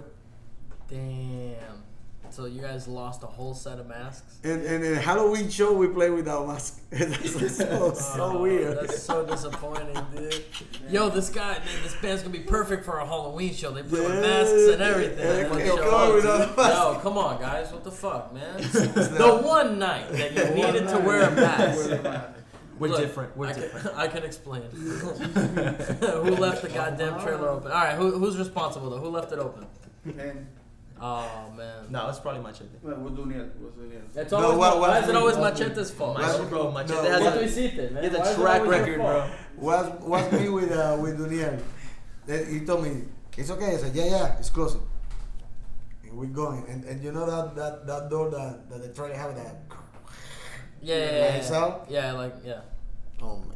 S1: Damn. So you guys lost a whole set of masks.
S5: And, and in Halloween show, we play without mask. that's so, so
S1: Oh,
S5: weird.
S1: That's so disappointing, dude. Yo, this guy, man, this band's gonna be perfect for a Halloween show. They play with masks and everything.
S5: Yeah,
S1: and then
S5: yeah,
S1: show
S5: come on
S1: up.
S5: without mask.
S1: Yo, come on, guys. What the fuck, man? the one night that you needed to wear a mask.
S4: We're
S1: Look,
S4: different. We're
S1: I
S4: different.
S1: Can, I can explain. who left the goddamn trailer open? All right, who, who's responsible though? Who left it open?
S3: And
S1: Oh man.
S4: No, it's probably Machete.
S3: well, we're doing it. We're doing it.
S1: It's
S5: No,
S1: always,
S5: what- what
S1: why is it
S5: happened-
S1: always Machete's fault?
S5: Well,
S4: Machete, bro. Machete
S5: no,
S4: has
S5: what
S4: a,
S5: do
S4: he has a track record, bro.
S5: What what me with uh, with Duniel? Then He told me it's okay. I said yeah yeah, it's closing. And we're going. And, and you know that, that, that door that, that they try to have that.
S1: Yeah, yeah, yeah,
S5: Lights
S1: yeah.
S5: out?
S1: Yeah, like yeah.
S5: Oh man.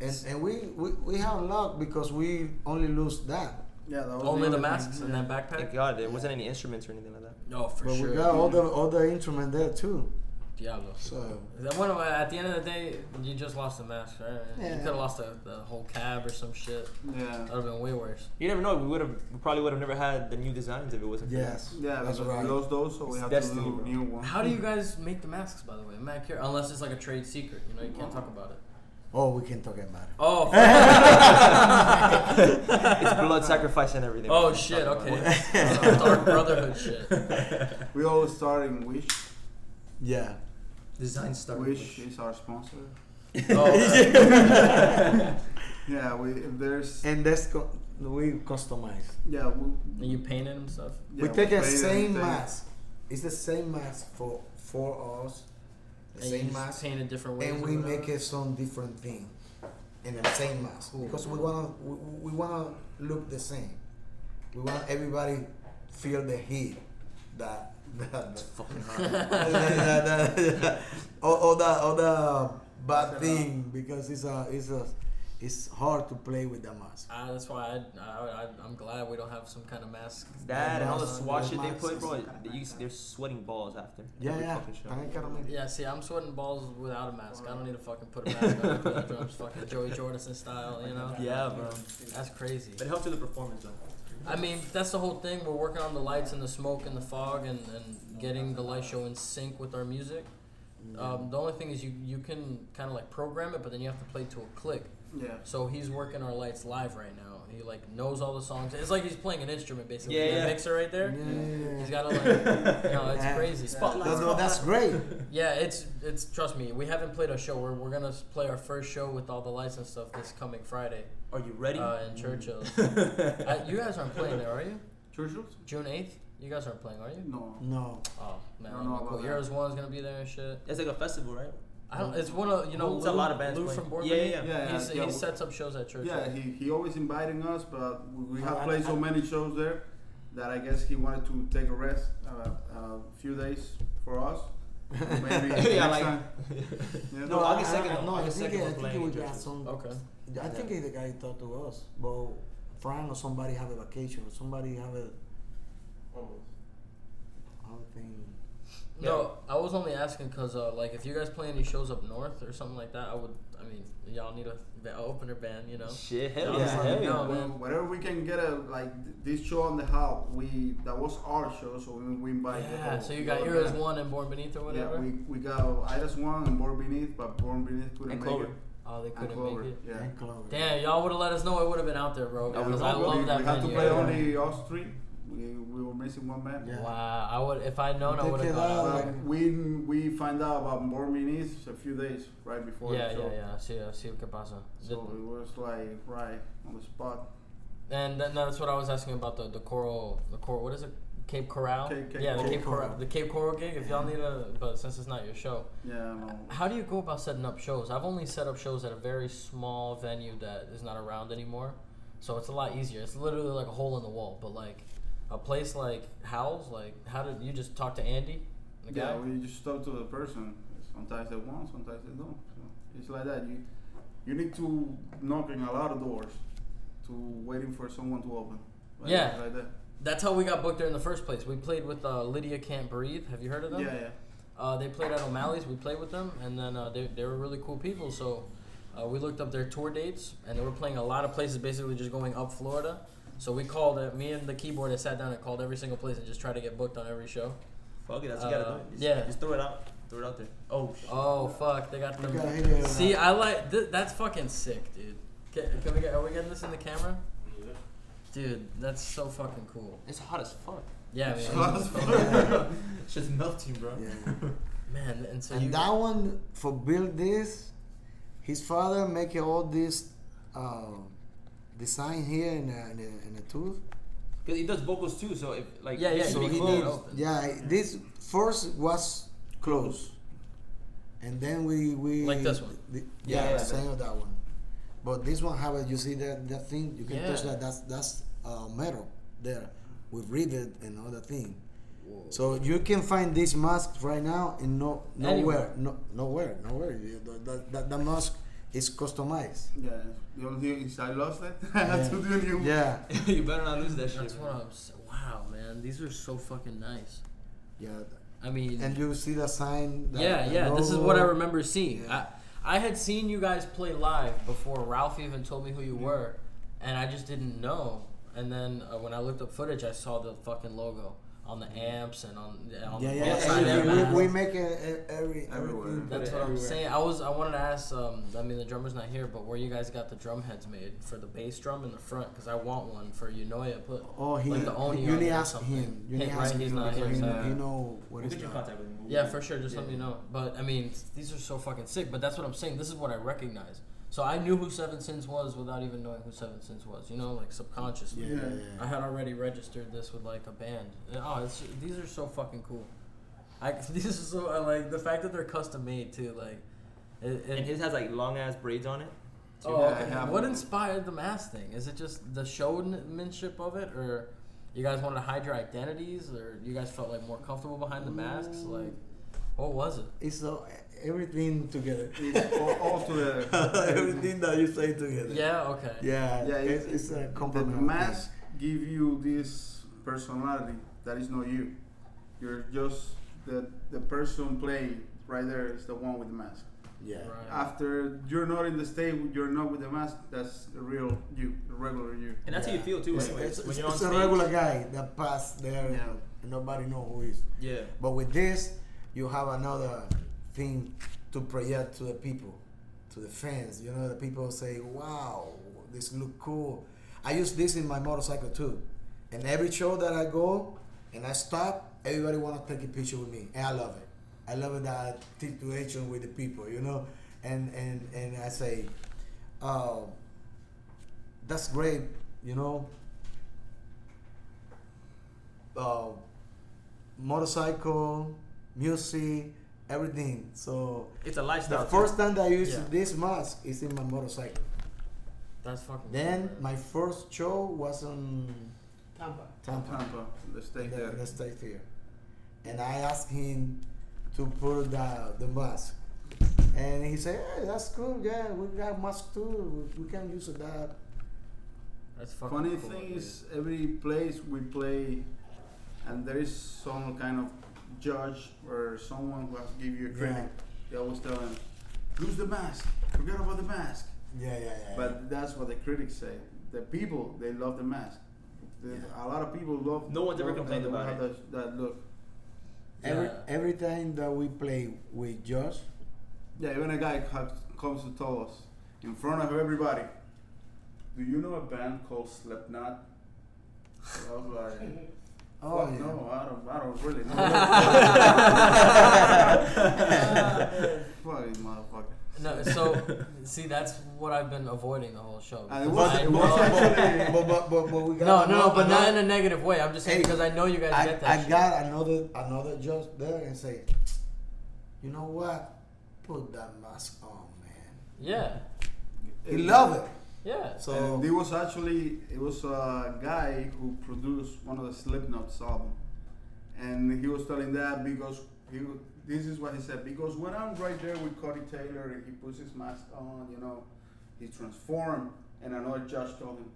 S5: And and we, we, we have luck because we only lose that.
S3: Yeah, that was
S1: Only the
S3: other thing.
S1: masks in that
S4: Thank
S1: backpack.
S4: God there wasn't any instruments or anything like that.
S1: No, for
S5: But
S1: sure.
S5: we got all the all the instrument there too.
S1: Diablo.
S5: So
S1: That one, uh, at the end of the day, you just lost the mask, right? You
S5: Yeah.
S1: could have lost the, the whole cab or some shit.
S3: Yeah.
S1: That would have been way worse.
S4: You never know. We would have, we probably would have never had the new designs if it wasn't. for that.
S5: yes,
S3: Yeah,
S5: that's
S3: because
S5: right.
S3: we lost those, so we
S4: It's
S3: have
S4: destiny,
S3: to do
S4: bro.
S3: new one.
S1: How do you guys make the masks, by the way? I'm not curious. Unless it's like a trade secret, you know, you can't talk about it.
S5: Oh, we can talk about it.
S1: Oh, fuck.
S4: it's blood sacrifice and everything.
S1: oh shit, okay. Some Dark Brotherhood shit.
S3: We always starting Wish.
S5: Yeah.
S4: Design stuff.
S3: Wish is our sponsor.
S1: Oh,
S3: Yeah, we if there's
S5: And that's co- we customize.
S3: yeah we
S1: and you painted and stuff?
S3: yeah,
S5: we take the
S3: play
S5: same
S3: everything.
S5: mask. It's the same mask for for us. The
S1: And you
S5: same
S1: just
S5: mask.
S1: Painted different ways.
S5: And
S1: or
S5: we
S1: whatever?
S5: make it some different thing in the same mask because we wanna we, we wanna look the same. We want everybody feel the heat that that fucking all, all the all the bad thing because it's a it's a it's hard to play with the mask.
S1: Ah, that's why I, I, I, I'm glad we don't have some kind of mask.
S4: That and all the
S5: Mask,
S4: swatch shit they
S5: mask,
S4: put, bro.
S5: mask.
S4: They use, they're sweating balls after.
S5: Yeah,
S4: every
S5: yeah.
S4: fucking show.
S5: I gotta make-
S1: Yeah, see, I'm sweating balls without a mask. I don't need to fucking put a mask on. I play the drums, fucking Joey Jordison style, you know?
S4: Yeah, bro.
S1: That's crazy.
S4: But it helps with the performance, though.
S1: I mean, that's the whole thing. We're working on the lights and the smoke and the fog and, and getting the light show in sync with our music. Um, the only thing is you, you can kind of like program it, but then you have to play to a click.
S3: Yeah.
S1: So he's working our lights live right now. He like knows all the songs. It's like he's playing an instrument basically.
S4: Yeah,
S1: that
S4: yeah.
S1: mixer right there.
S5: Yeah.
S1: He's got to like, no, it's
S5: Yeah.
S1: crazy. Spotlight.
S5: That's, that's great.
S1: Yeah, it's it's trust me. We haven't played a show. We're we're gonna s- play our first show with all the lights and stuff this coming Friday
S4: Are you ready?
S1: uh, in Churchill. uh, you guys aren't playing there, are you?
S3: Churchill's?
S1: June eighth. You guys aren't playing, are you?
S3: No.
S5: No.
S1: Oh man, that'd
S3: I don't know
S1: be
S3: about
S1: cool.
S3: that.
S1: Heroes One's gonna be there and shit.
S4: it's like a festival, right?
S1: I don't. It's one of you know.
S4: Mm. It's
S1: Lou,
S4: a lot of bands
S1: Lou
S4: playing.
S1: from Board
S4: Yeah,
S1: Meeting?
S4: yeah,
S3: yeah. Yeah,
S1: He's,
S3: yeah,
S1: he
S3: we-
S1: sets up shows at Churchill.
S3: Yeah, he, he always inviting us, but we we
S5: Oh,
S3: have
S5: I-
S3: played
S5: I-
S3: so many shows there that I guess he wanted to take a rest, uh, a few days for us. Maybe
S4: Yeah,
S3: next
S4: like-
S3: time. Yeah.
S4: No, August
S5: I- I-
S4: 2nd,
S5: I- No, I
S4: August
S5: think
S4: 2nd
S5: I
S4: we're
S5: think
S4: playing
S5: we
S4: in
S5: got
S4: Jersey.
S5: some.
S1: Okay.
S5: I think the guy talked to us, but Frank or somebody have a vacation or somebody have a. I don't think.
S1: No, I was only asking because, uh, like, if you guys play any shows up north or something like that, I would. I mean, y'all need a ba- opener band, you know.
S4: Shit, hell
S1: Yeah,
S4: yeah,
S1: it's
S4: hell
S1: like-
S4: yeah.
S1: no.
S3: Wh-
S1: man.
S3: Whatever we can get a like th- this show on the hall, we that was our show, so we, we invite the
S1: Yeah.
S3: whole.
S1: So you got
S3: whole
S1: Heroes
S3: band.
S1: One and Born Beneath or whatever.
S3: Yeah, we, we got Idas One and Born Beneath, but Born Beneath couldn't
S4: And
S3: make
S4: Clover.
S3: it.
S1: oh, they
S3: And
S1: couldn't
S3: Clover,
S1: make it.
S3: yeah.
S5: And Clover.
S1: Damn, y'all would have let us know. It would have been out there, bro.
S4: Yeah, Oh, we
S1: Because
S4: would-
S1: I
S3: Oh, we,
S1: love that
S3: we had
S1: venue.
S3: to play only us three. We, we were missing one man.
S5: Yeah.
S1: Wow, I would. If I'd known, I
S5: Take
S1: would have
S5: it
S1: gone.
S5: out.
S1: out.
S3: But
S5: Like-
S3: we we find out about Born Beneath a few days right before
S1: Yeah,
S3: the
S1: yeah,
S3: show.
S1: yeah. See, uh, see qué pasa.
S3: So uh, it was like right on the spot.
S1: And then that's what I was asking about the the coral, the coral. What is it? Cape Coral.
S3: Cape- Cape
S1: yeah, the
S3: Coral.
S1: Cape Coral, the Cape Coral gig. If y'all need a, but since it's not your show,
S3: Yeah, no.
S1: how do you go about setting up shows? I've only set up shows at a very small venue that is not around anymore, so it's a lot easier. It's literally like a hole in the wall. But like a place like Howl's, like how did you just talk to Andy? The
S3: yeah,
S1: guy?
S3: we just talk to the person. Sometimes they want, sometimes they don't. So it's like that. You you need to knocking a lot of doors to waiting for someone to open. Like,
S1: Yeah.
S3: like that.
S1: That's how we got booked there in the first place. We played with uh, Lydia Can't Breathe. Have you heard of them?
S3: Yeah, yeah.
S1: Uh, they played at O'Malley's. We played with them, and then uh, they, they were really cool people. So uh, we looked up their tour dates, and they were playing a lot of places, basically just going up Florida. So we called it. Me and the keyboardist sat down and called every single place and just tried to get booked on every show.
S4: Fuck it, that's what you gotta
S1: Uh,
S4: do. Just,
S1: yeah.
S4: Just throw it out. Throw it out there. Oh, sh-
S1: Oh fuck, they got
S5: We gotta
S1: them.
S5: hit it or not.
S1: See, I like th- that's fucking sick, dude. Can, can we get, are we getting this in the camera? Dude, that's so fucking cool.
S4: it's hot as fuck.
S1: Yeah, man.
S5: Yeah.
S4: It's just melting, bro.
S5: Yeah.
S1: man and so you
S5: and that one for build this, his father make all this uh, design here in a, in a, in a tooth.
S4: Cause he does vocals too, so if like
S1: Yeah, yeah,
S4: it should
S1: so
S4: be
S1: he
S4: closed.
S1: does.
S5: Yeah, this first was close, and then we we
S1: Like this one?
S5: the-
S4: Yeah,
S5: yeah,
S4: yeah,
S5: same with that one. But this one have a, you see that that thing you can touch
S1: Yeah.
S5: that that's that's uh, metal there with rivet and other thing. So you can find these masks right now in no nowhere
S1: Anywhere.
S5: no nowhere nowhere. You- the- That, that, that mask is customized.
S3: Yeah, the only thing is I lost it. I had to do a new.
S5: Yeah,
S4: you better not lose that shit.
S1: that's what
S4: bro.
S1: I'm. s- Wow, man, these are so fucking nice.
S5: yeah.
S1: I mean,
S5: And you see the sign. the-
S1: yeah,
S5: the
S1: yeah. This is what I
S5: logo.
S1: remember seeing.
S5: Yeah.
S1: I, I had seen you guys play live before Ralph even told me who
S5: Mm-hmm.
S1: you were, and I just didn't know. And then uh, when I looked up footage, I saw the fucking logo on the amps and on, and on
S5: Mm-hmm. Yeah,
S1: the
S5: yeah.
S1: outside
S5: yeah,
S1: of the
S5: we,
S1: mask.
S5: we make it e- every
S3: Everywhere.
S5: everything.
S1: That's
S4: it
S1: what I'm
S4: everywhere.
S1: saying. I was I wanted to ask. Um, I mean, the drummer's not here, but where you guys got the drum heads made for the bass drum in the front? Because I want one for Unoya. Put
S5: Oh, he.
S1: Like the Oni
S5: you
S1: on
S5: need
S1: it or
S5: ask
S1: something.
S5: him. You
S1: Hey,
S5: need
S1: right,
S5: ask
S1: he's
S5: him.
S1: not
S5: because
S1: here,
S5: he,
S1: so-
S5: he know what
S4: We'll
S5: is
S4: get you in
S5: that.
S4: contact with him.
S1: yeah, for sure. Just let
S4: Yeah.
S1: me know. But I mean, these are so fucking sick. But that's what I'm saying. This is what I recognize. So I knew who Seven Sins was without even knowing who Seven Sins was. You know, like subconsciously.
S5: Yeah, yeah, yeah.
S1: I had already registered this with like a band. And, Oh, it's, these are so fucking cool. I these are so I like the fact that they're custom made too. Like, it, it,
S4: And his has like long ass braids on it.
S1: Oh,
S3: Yeah, I
S1: okay.
S3: have
S1: what
S3: one.
S1: inspired the mask thing? Is it just the showmanship of it, or you guys wanted to hide your identities, or you guys felt like more comfortable behind the masks? Like, what was it?
S5: It's so everything together.
S3: It's all, all together.
S5: everything that you say together.
S1: Yeah. Okay.
S5: Yeah.
S3: Yeah,
S5: it's, it's a
S3: The
S5: compliment.
S3: mask give you this personality that is not you. You're just the the person playing right there is the one with the mask.
S5: Yeah.
S1: Right.
S3: After you're not in the stage, you're not with the mask. That's the real you, the regular you.
S4: And that's how you
S5: Yeah.
S4: feel too,
S5: It's,
S4: anyways.
S5: it's,
S4: when
S5: it's,
S4: you're on
S5: it's
S4: stage.
S5: a regular guy that passed there.
S3: Yeah.
S5: And nobody know who he is.
S4: Yeah.
S5: But with this, you have another thing to project to the people, to the fans. You know, the people say, "Wow, this look cool." I use this in my motorcycle too, and every show that I go and I stop, everybody want to take a picture with me, and I love it. I love it that situation with the people, you know, and and and I say, uh, "That's great," you know. Uh, motorcycle, music, everything. So
S4: It's a
S5: the
S4: lifestyle. too.
S5: first time that I used
S1: Yeah.
S5: this mask is in my motorcycle.
S1: That's fucking.
S5: Then
S1: cool, man.
S5: my first show was on
S8: Tampa.
S5: Tampa,
S3: Tampa, the stage
S5: the,
S3: there.
S5: the state fair, and I asked him to put the the mask, and he said, "Hey, that's cool. Yeah, we got mask too. We, we can use that."
S1: That's fucking
S3: Funny
S1: cool,
S3: thing
S1: dude.
S3: is, every place we play, and there is some kind of judge or someone who has to give you a critic.
S5: Yeah.
S3: They always tell him, "Lose the mask. Forget about the mask."
S5: Yeah, yeah, yeah.
S3: But that's what the critics say. The people they love the mask. The-
S5: Yeah.
S3: A lot of people love.
S4: No one's ever
S3: love-
S4: complained
S3: they don't
S4: about
S3: have That, that look.
S5: every
S1: Yeah.
S5: every time that we play with Josh,
S3: Yeah, even a guy co- comes to tell us in front of everybody. Do you know a band called Slipknot? I was like,
S5: oh
S3: "Fuck
S5: yeah.
S3: no, I don't, I don't really know. Fucking motherfucker.
S1: no. So, see, that's what I've been avoiding the whole show.
S3: And it
S1: because
S3: was,
S1: I
S3: it
S1: know-
S3: was actually.
S5: but, but, but, but we
S1: no,
S5: got
S1: no,
S5: another-
S1: no, but not in
S5: another-
S1: a negative way. I'm just saying
S5: Hey,
S1: because I know you guys get that.
S5: I, I
S1: shit.
S5: got another another judge there and say, you know what? Put that mask on, man.
S1: Yeah.
S5: He love it.
S1: Yeah.
S5: So uh-huh.
S3: and it was actually it was a guy who produced one of the Slipknot's album, and he was telling that because he w- this is what he said because when I'm right there with Cody Taylor and he puts his mask on, you know, he transformed, and another judge told him.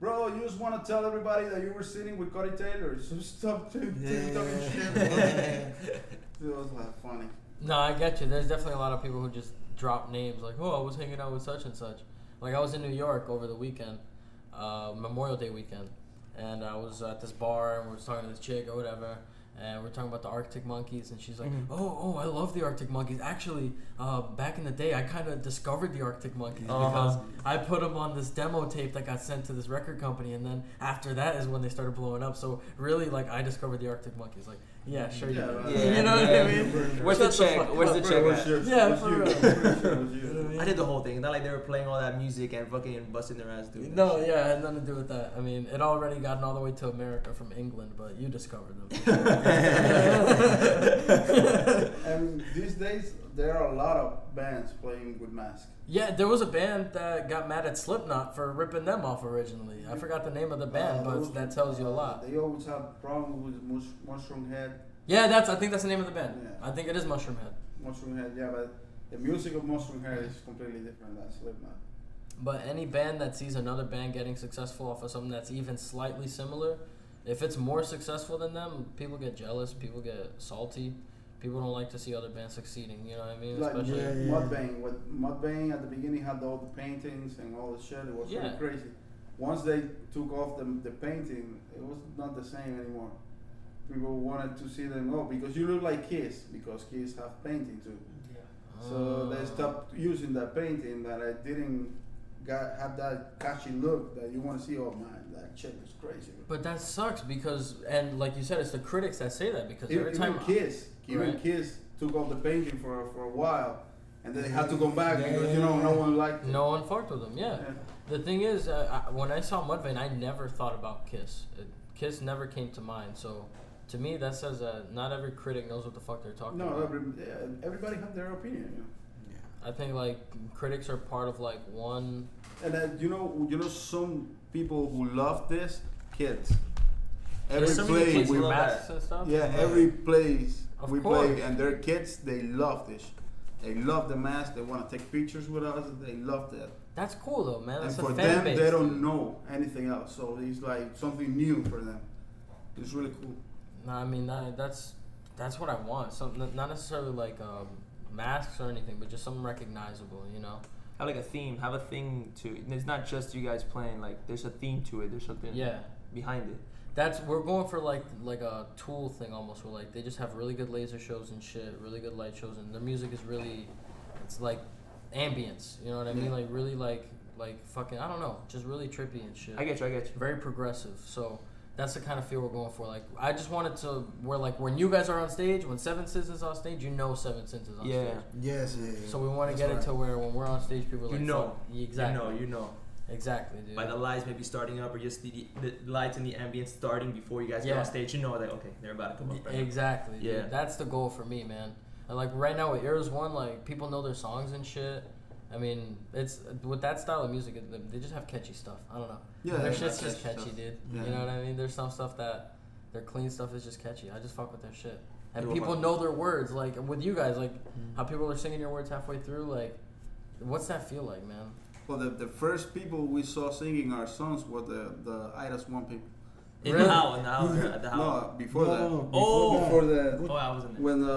S3: Bro, you just want to tell everybody that you were sitting with Cody Taylor, so stop t-
S5: Yeah.
S3: talking shit. bro." it was like funny.
S1: No, I get you. There's definitely a lot of people who just drop names like, "Oh, I was hanging out with such and such." Like I was in New York over the weekend, uh, Memorial Day weekend, and I was at this bar and we were talking to this chick or whatever, and we're talking about the Arctic Monkeys, and she's like,
S9: Mm-hmm.
S1: "Oh, oh, I love the Arctic Monkeys. Actually, uh, back in the day, I kind of discovered the Arctic Monkeys
S9: Uh-huh.
S1: because I put them on this demo tape that got sent to this record company, and then after that is when they started blowing up. So really, like, I discovered the Arctic Monkeys. Like, yeah, sure, you
S3: Yeah,
S1: did.
S3: right.
S1: you know
S9: yeah.
S1: what I mean?
S9: Where's the
S1: Shut the
S9: check?
S1: fuck
S9: Where's the
S1: up,
S9: check? at?
S1: Yeah, for real.
S3: real.
S9: I did the whole thing. Not like they were playing all that music and fucking busting their ass, dude.
S1: No, yeah, it had nothing to do with that. I mean, it already gotten all the way to America from England, but you discovered them.
S3: And these days, there are a lot of bands playing with masks.
S1: yeah, there was a band that got mad at Slipknot for ripping them off originally. I forgot the name of the band,
S3: Oh.
S1: but that tells you a lot.
S3: Uh, They always have problems with mush, mushroom head.
S1: Yeah, that's. I think that's the name of the band.
S3: Yeah.
S1: I think it is Mushroom Head.
S3: Mushroom head, yeah, but the music of mushroom head is completely different than Slipknot.
S1: But any band that sees another band getting successful off of something that's even slightly similar, if it's more successful than them, people get jealous. People get salty. People don't like to see other bands succeeding. You know what I mean?
S3: Like
S1: Especially.
S3: yeah, Mudvayne, with Mudvayne at the beginning had all the paintings and all the shit. It was
S1: Yeah.
S3: pretty crazy. Once they took off the, the painting, it was not the same anymore. People wanted to see them go because you look like Kiss because Kiss have painting too. So they
S1: Ah.
S3: stopped using that painting that I didn't got, have that catchy look that you want to see. Oh man, that chick is crazy.
S1: But that sucks because, and like you said, it's the critics that say that because
S3: E, Even,
S1: every time
S3: even Kiss, even
S1: Right.
S3: Kiss took off the painting for for a while, and then they had to come back because you know no one liked it.
S1: no one fucked with them. Yeah.
S3: Yeah.
S1: The thing is, uh, I, when I saw Mudvayne, I never thought about Kiss. It, Kiss never came to mind. So to me, that says that not every critic knows what the fuck they're talking
S3: No,
S1: about.
S3: every, yeah, everybody have their opinion, you know.
S1: I think like critics are part of like one.
S3: And uh, you know, you know, some people who love this kids. Every
S1: There's so many
S3: play
S1: kids
S3: we
S1: who love
S3: ma-
S1: masks and stuff.
S3: yeah, every place
S1: Of
S3: we
S1: course.
S3: play, and their kids they love this. They love the mask. They want to take pictures with us. They love that.
S1: That's cool though, man. That's
S3: and for
S1: a fan
S3: them,
S1: base.
S3: they don't know anything else, so it's like something new for them. It's really cool.
S1: No, I mean that, that's that's what I want. Something that- not necessarily like um, masks or anything, but just something recognizable. You know.
S9: Have like a theme. Have a thing to it. It's not just you guys playing. Like there's a theme to it. There's something
S1: Yeah.
S9: behind it.
S1: That's we're going for like like a tool thing almost where like they just have really good laser shows and shit, really good light shows and their music is really it's like ambience, you know what I mean? Like really like like fucking I don't know, just really trippy and shit.
S9: I get you. I get you.
S1: Very progressive. So that's the kind of feel we're going for. Like I just wanted to where like when you guys are on stage, when Seven Sins is on stage, you know Seven Sins is on
S9: Yeah.
S1: stage.
S10: Yes, yeah, yeah.
S1: So we want to get it to where when we're on stage, people are
S9: You
S1: like,
S9: know.
S1: fuck, exactly,
S9: You know. You know.
S1: exactly, dude.
S9: By the lights maybe starting up or just the, the lights and the ambience starting before you guys get
S1: Yeah.
S9: on stage. You know, like okay, they're about to come up. Right now.
S1: Exactly. Yeah.
S9: Yeah.
S1: That's the goal for me, man. And like right now with Eras One, like people know their songs and shit. I mean, it's with that style of music, it, they just have catchy stuff. I don't know.
S3: Yeah,
S1: their
S3: they
S1: shit's
S3: have
S1: just
S3: catchy
S1: catchy,
S3: stuff.
S1: dude.
S3: Yeah.
S1: You know what I mean? There's some stuff that their clean stuff is just catchy. I just fuck with their shit, and
S9: You
S1: people
S9: are-
S1: know their words. Like with you guys, like how people are singing your words halfway through. Like, what's that feel like, man?
S3: Well, the, the first people we saw singing our songs were the the Idas One people.
S9: In
S1: Really?
S9: the how? In the how? At the how?
S3: No, before
S10: No,
S3: that.
S10: no, no,
S9: Oh.
S3: before that.
S9: Oh, I was in there.
S3: When uh,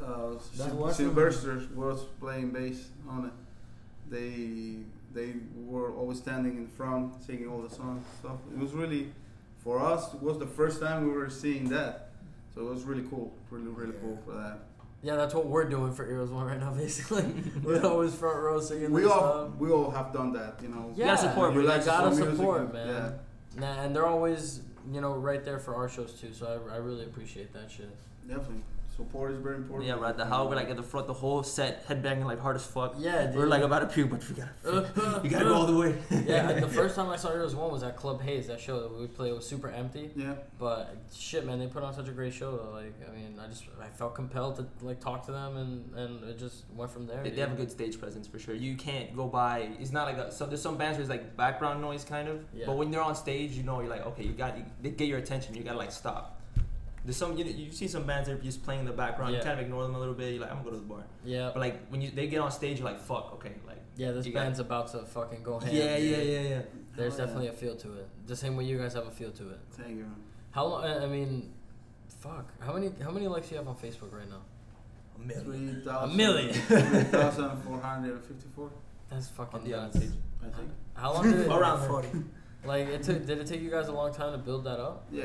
S3: uh,
S10: That
S3: Syl-
S10: was-
S3: Sylvester was playing bass on it, they they were always standing in front singing all the songs and stuff. It was really, for us, it was the first time we were seeing that, so it was really cool, really really cool for that.
S1: Yeah, that's what we're doing for Eras One right now. Basically, we're always front row singing.
S3: We
S1: their
S3: all
S1: stuff.
S3: we all have done that, you know.
S1: Yeah,
S9: support,
S3: You
S9: bro.
S3: like
S1: You gotta
S3: some music,
S1: support,
S3: you-
S1: man.
S3: Yeah.
S1: Nah, and they're always, you know, right there for our shows too. So I, I really appreciate that shit.
S3: Definitely. Support is very important.
S9: Yeah, we're at the how we're like at the front, the whole set, headbanging like hard as fuck.
S1: Yeah, dude. Uh,
S9: We're like about to puke, but we gotta, we gotta go all the way.
S1: yeah, the first time I saw Heroes One was at Club Hayes. That show that we played was super empty,
S3: Yeah.
S1: but shit, man, they put on such a great show. Though. Like, I mean, I just I felt compelled to like talk to them, and and it just went from there.
S9: They,
S1: dude.
S9: they have a good stage presence for sure. You can't go by. It's not like a, so. There's some bands where it's like background noise kind of.
S1: Yeah.
S9: But when they're on stage, you know you're like okay, you got you, they get your attention. You gotta like stop. There's some you, you see some bands that are just playing in the background.
S1: Yeah.
S9: You kind of ignore them a little bit. You're like I'm gonna go to the bar.
S1: yeah,
S9: But like when you they get on stage, you're like fuck okay like.
S1: yeah. This
S9: you got-
S1: band's about to fucking go ham.
S9: Yeah, yeah,
S1: dude.
S9: yeah, yeah.
S1: There's
S3: Oh, yeah.
S1: definitely a feel to it. The same way you guys have a feel to it.
S3: Thank you. man.
S1: How long? I I mean, fuck. How many how many likes do you have on Facebook right now?
S9: A million.
S3: Three thousand.
S1: A million.
S3: Three thousand four hundred and fifty-four.
S1: That's
S9: On
S1: fucking
S9: the other
S1: nuts.
S9: stage.
S3: I think.
S1: How long did it?
S9: Around
S10: forty.
S1: Like it took. Did it take you guys a long time to build that up?
S3: Yeah.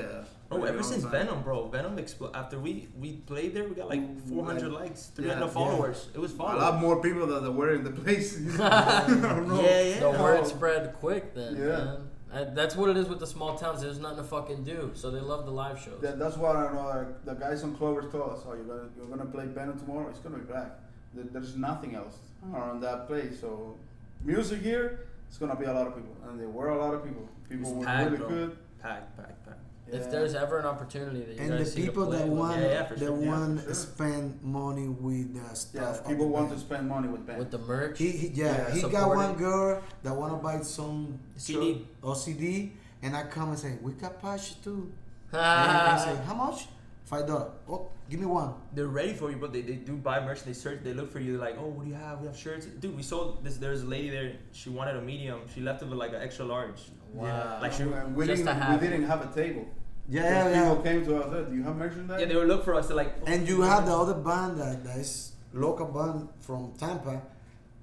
S9: Oh,
S3: pretty
S4: Bro, Oh, ever
S3: long
S4: since
S3: time.
S4: Venom, bro, Venom exploded. After we we played there, we got like 400 likes, 300
S3: yeah.
S4: followers. It was
S3: A lot
S4: followers.
S3: more people that that were in the place. I don't know.
S4: Yeah, yeah.
S1: The word spread quick then.
S3: Yeah.
S1: man. And that's what it is with the small towns. There's nothing to fucking do, so they love the live shows.
S3: That, that's why I don't know. Like, the guys on Clovers told us, "Oh, you're gonna you're gonna play Venom tomorrow. It's gonna be black. There, there's nothing else
S4: Hmm.
S3: around that place. So, music here, it's gonna be a lot of people, and there were a lot of people. People
S4: It's
S3: were
S4: packed,
S3: really
S4: bro.
S3: good.
S4: Pack, pack, pack.
S1: If
S3: Yeah.
S1: there's ever an opportunity that you
S5: And
S1: guys
S5: the
S1: see to
S5: people
S1: play
S5: that
S1: with,
S5: want
S4: Yeah, yeah, for
S5: that
S4: sure.
S3: Yeah,
S5: want
S3: for sure.
S5: spend money with the
S3: Yeah,
S5: stuff. of
S3: people
S5: the
S3: want to
S5: band.
S3: spend money with band.
S1: with the merch,
S5: He, he yeah,
S1: Yeah,
S5: he got
S1: support
S5: one
S1: it.
S5: girl that want to buy some
S4: CD.
S5: shirt or CD, and I come and say we got patch too. and I say
S1: Ah.
S5: how much? Five dollar. Oh, give me one.
S4: They're ready for you, but they, they do buy merch. They search, they look for you. They're like, oh, what do you have? We have shirts. Dude, we sold this. There's a lady there. She wanted a medium. She left it with like an extra large.
S1: wow.
S4: Like she, yeah,
S3: And we
S1: just to
S3: didn't we
S1: have it.
S3: didn't have a table.
S5: Yeah,
S3: Because
S5: yeah.
S3: People came to us. "Hey, Do you have merchandise?
S4: they would look for us. They're like, oh,
S5: "Ah." And you have the other band that, that is local band from Tampa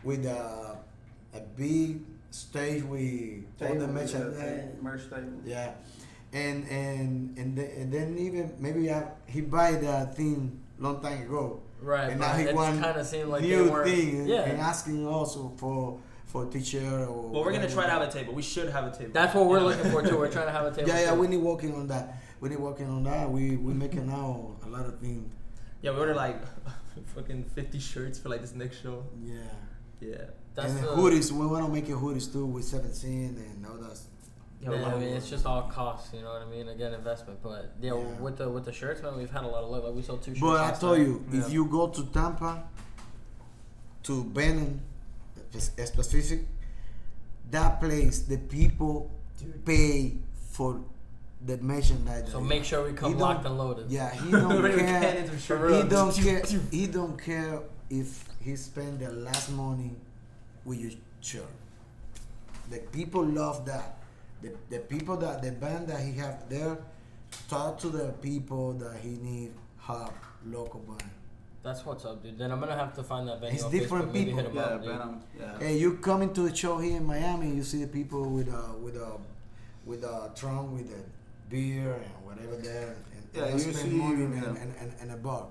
S5: with a, a big stage with all
S3: Table,
S5: the merch.
S3: yeah, ta- merch table.
S5: Yeah, and and and, the, and then even maybe I, he buy the thing long time ago.
S1: right?
S5: and
S1: but
S5: now he
S1: it
S5: want
S1: kind of seemed like they
S5: New
S1: weren't-
S5: thing and-
S1: Yeah,
S5: and asking also for for teacher or.
S4: well, we're gonna
S5: whatever.
S4: try to have a table. We should have a table.
S1: that's what we're
S4: Yeah.
S1: looking for too. We're trying to have a table.
S5: Yeah, yeah,
S1: too.
S5: we need working on that. We need working on that. We we making now a lot of things.
S4: Yeah, we ordered like fucking 50 shirts for like this next show.
S5: Yeah.
S4: Yeah.
S1: That's
S5: and
S1: the,
S5: hoodies, we want to make a hoodies too with 17 and all that.
S4: Yeah,
S1: Yeah, I
S4: well,
S1: mean, it's just all costs, you know what I mean? Again, investment, but yeah,
S5: Yeah.
S1: with the with the shirts, man, we've had a lot of luck. Like we sold two shirts.
S5: But I
S1: last
S5: told
S1: time.
S5: you,
S4: Yeah.
S5: if you go to Tampa, to Benin, specific, that place, the people pay for the merchandise.
S1: So
S5: that
S1: make
S5: you-
S1: sure we
S5: He
S1: come
S5: don't-
S1: locked and loaded.
S5: Yeah, he
S4: We're
S5: don't
S4: gonna get
S5: care.
S4: into
S1: For
S4: shirts.
S1: real.
S5: He don't care. He don't care if he spend the last money with your shirt. The people love that. The, the people that the band that he have there talk to the people that he need help local band.
S1: That's what's up, dude. Then I'm gonna have to find that venue.
S5: It's
S1: on
S5: different
S1: Facebook, maybe
S5: people.
S1: Hit 'em
S3: Yeah,
S1: up, dude.
S3: Venom. Yeah.
S5: Hey, you coming to the show here in Miami? You see the people with a with a with a trunk with a beer and whatever there, and,
S3: Yeah,
S5: and
S3: you
S5: spend
S3: see,
S5: money and,
S3: yeah.
S5: and, and, and a bar.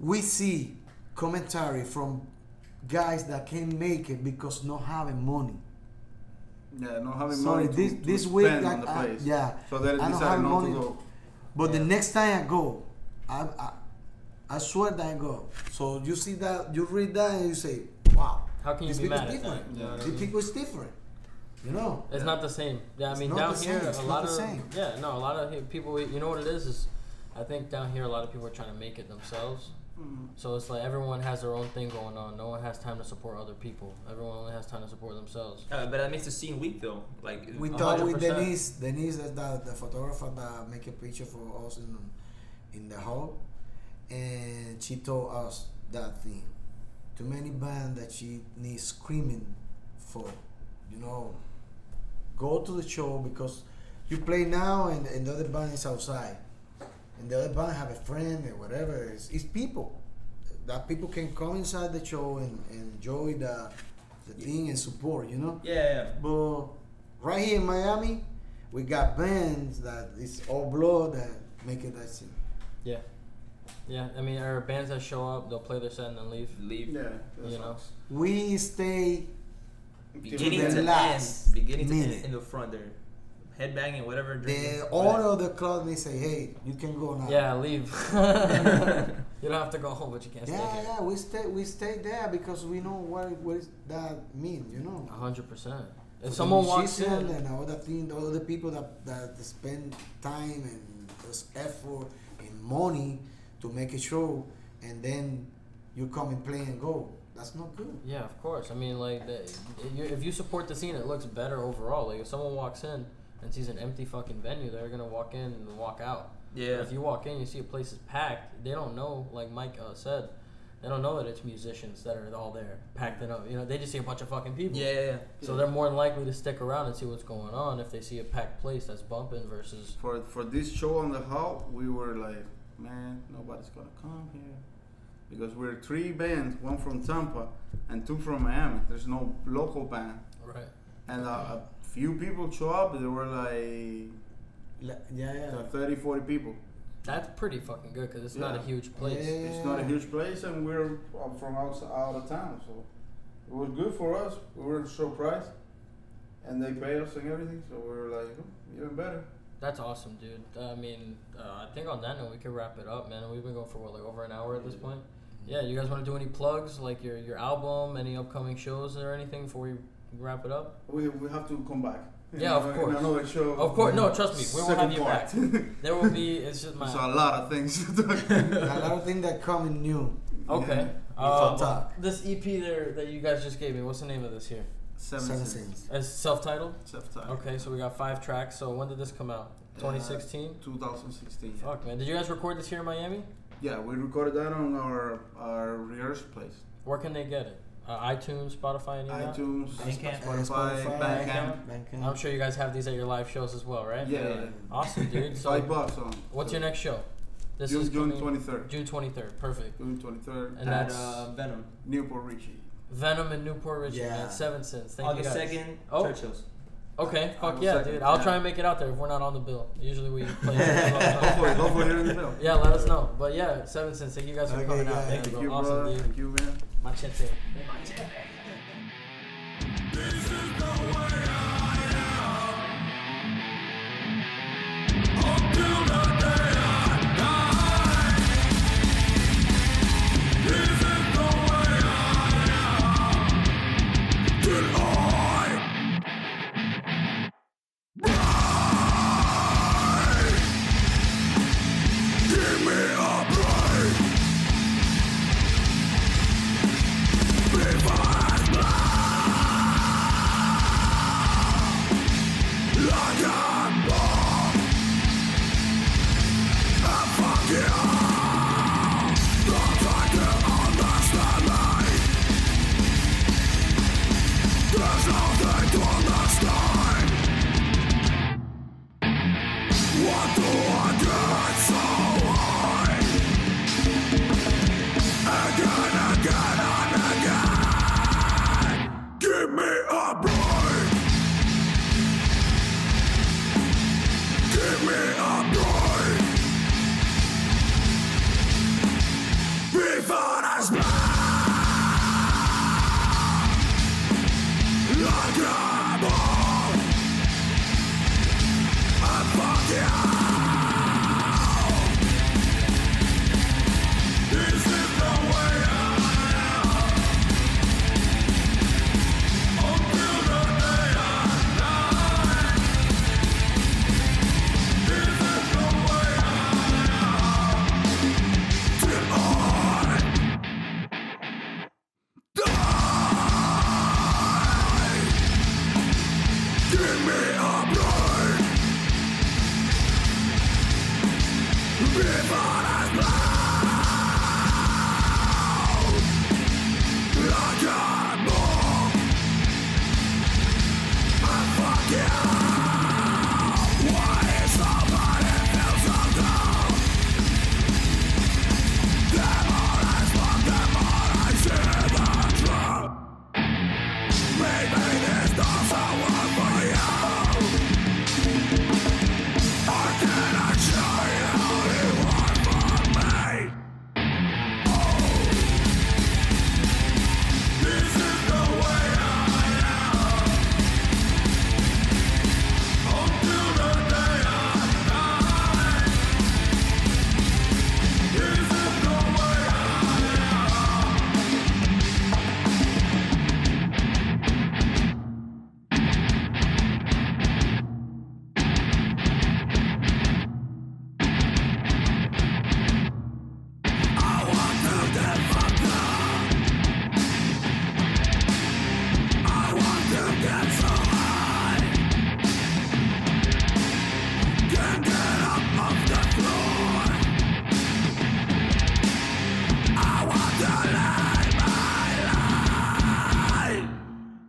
S5: We see commentary from guys that can't make it because not having money.
S3: Yeah, not having
S5: Sorry,
S3: money to,
S5: this
S3: to
S5: this
S3: spend
S5: week,
S3: on
S5: like,
S3: the
S5: I-
S3: place.
S5: yeah.
S3: So they
S5: I don't have
S3: decided not
S5: money.
S3: to go.
S5: But the
S1: Yeah.
S5: next time I go, I, I I swear that I go. So you see that you read that and you say, wow.
S1: How can you
S5: These
S1: be
S5: people
S1: mad at that?
S5: different.
S1: You know what I
S5: The
S1: mean?
S5: people is different. You know?
S1: It's not the same. Yeah, I
S5: It's
S1: mean
S5: not
S1: down
S5: the
S1: here,
S5: same. It's
S1: a
S5: not
S1: lot
S5: the
S1: of
S5: same.
S1: yeah, no, a lot of he- people. You know what it is is, I think down here a lot of people are trying to make it themselves.
S5: Mm.
S1: So it's like everyone has their own thing going on. No one has time to support other people. Everyone only has time to support themselves.
S4: Uh, but that makes the scene weak though. Like
S5: We
S4: uh,
S5: talk with
S1: 100%.
S5: Denise. Denise is the, the photographer that make a picture for us in, in the hall, and she told us that thing. Too many band that she needs screaming for, you know. Go to the show because you play now and, and the other band is outside, and the other band have a friend or whatever. It's, it's people that people can come inside the show and, and enjoy the the thing and support, you know.
S4: yeah, yeah.
S5: But right here in Miami, we got bands that it's all blood that make it that scene.
S1: Yeah, yeah. I mean, there are bands that show up, they'll play their set and then leave.
S4: Leave.
S3: Yeah,
S1: You know.
S5: We stay
S4: Beginning
S5: To
S4: to,
S5: the
S4: end.
S5: last
S4: Beginning to
S5: minute.
S4: end in the front there. Headbanging, whatever. Drinking,
S5: the all of the club. They say, "Hey, you can go now."
S1: Yeah, leave. you don't have to go home, but you can't stay
S5: yeah,
S1: here.
S5: yeah. We stay, we stay there because we know what what is that mean. You know,
S1: A hundred percent.
S5: For
S1: If
S5: the
S1: someone walks in,
S5: musician and all that thing, all the people that that spend time and just effort and money to make a show, and then you come and play and go. That's not good.
S1: yeah, of course. I mean, like, the, if you- if you support the scene, it looks better overall. Like, if someone walks in and sees an empty fucking venue, they're gonna walk in and walk out. But
S4: Yeah.
S1: If you walk in, you see a place is packed. They don't know, like Mike uh, said, they don't know that it's musicians that are all there, packed it up. You know, they just see a bunch of fucking people.
S4: Yeah, yeah, yeah.
S1: So they're more than likely to stick around and see what's going on if they see a packed place that's bumping versus
S3: For for this show on the hall, we were like, man, nobody's gonna come here because we're three bands, one from Tampa and two from Miami. There's no local band,
S1: right.
S3: and uh, uh, few people show up. There were like
S10: La- yeah, yeah.
S3: uh, 30, 40 people.
S1: That's pretty fucking good because it's not a
S3: Yeah.
S1: huge place.
S10: Yeah.
S3: It's not a huge place, and we're uh, from outside, out of town, so it was good for us. We were surprised, and they pay us and everything, so we were like, "Oh, even better.
S1: That's awesome, dude. I mean, uh, I think on that note we could wrap it up, man. We've been going for what, like over an hour at this point. Yeah, you guys want to do any plugs, like your your album, any upcoming shows or anything before we wrap it up?
S3: We, we have to come back. in
S1: Yeah, of
S3: another-
S1: course.
S3: In another show.
S1: Of course, no, trust me, we will have
S3: Second
S1: you
S3: part.
S1: back. There will be. It's just my.
S3: There's a lot of things to talk.
S10: a lot of things that come in new.
S1: Okay.
S10: Fucked
S1: Uh,
S10: up.
S1: this EP there that you guys just gave me. What's the name of this here?
S3: Seven,
S10: Seven
S3: sins.
S10: sins.
S1: It's self-titled.
S3: Self time.
S1: Okay, so we got five tracks. So when did this come out? 2016.
S3: 2016.
S1: Fuck, man. Did you guys record this here in Miami?
S3: Yeah, we recorded that on our our rehearsal place.
S1: Where can they get it? Uh, iTunes, Spotify, any of that?
S3: iTunes,
S4: Bandcamp.
S3: Spotify,
S10: Uh, Spotify,
S3: Bandcamp.
S10: Bandcamp.
S1: I'm sure you guys have these at your live shows as well, right?
S3: Yeah, yeah. yeah.
S1: Awesome, dude.
S3: So I
S1: So,
S3: bought some.
S1: what's your next show? This
S3: June,
S1: is
S3: June
S1: coming-
S3: 23rd.
S1: June 23rd. Perfect.
S3: June 23rd.
S1: And
S4: at
S1: that's
S4: uh, Venom.
S3: Newport Richie.
S1: Venom and Newport Richie,
S10: Yeah.
S1: man. Seven cents. Thank
S4: August
S1: you guys.
S4: second,
S1: Oh.
S4: Churchill's.
S1: Okay, fuck
S3: August
S1: yeah,
S3: 2nd,
S1: dude. I'll
S3: yeah.
S1: try and make it out there if we're not on the bill. Usually we play.
S3: go for it. Go for it. Here in the middle.
S1: Yeah, let us know. But yeah, seven cents. Thank you guys for
S10: Okay,
S1: coming out.
S10: guys.
S1: Thank,
S3: Thank
S1: you,
S3: you,
S1: bro. Awesome,
S3: brother.
S1: dude.
S3: Thank you, man.
S1: Machete.
S11: Give me a break. Give me a break. Before I smile. Like a bomb. I'm fucking This is the way out. Give me a break. Before I blow like a bomb. I'm fucking. What if somebody feels so down? The more I smoke, the more I see the truth. Maybe this doesn't work for you. I cannot show you you are for me. Oh, this is the way I am. Until the day I die. This is the way I am.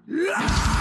S11: Yeah!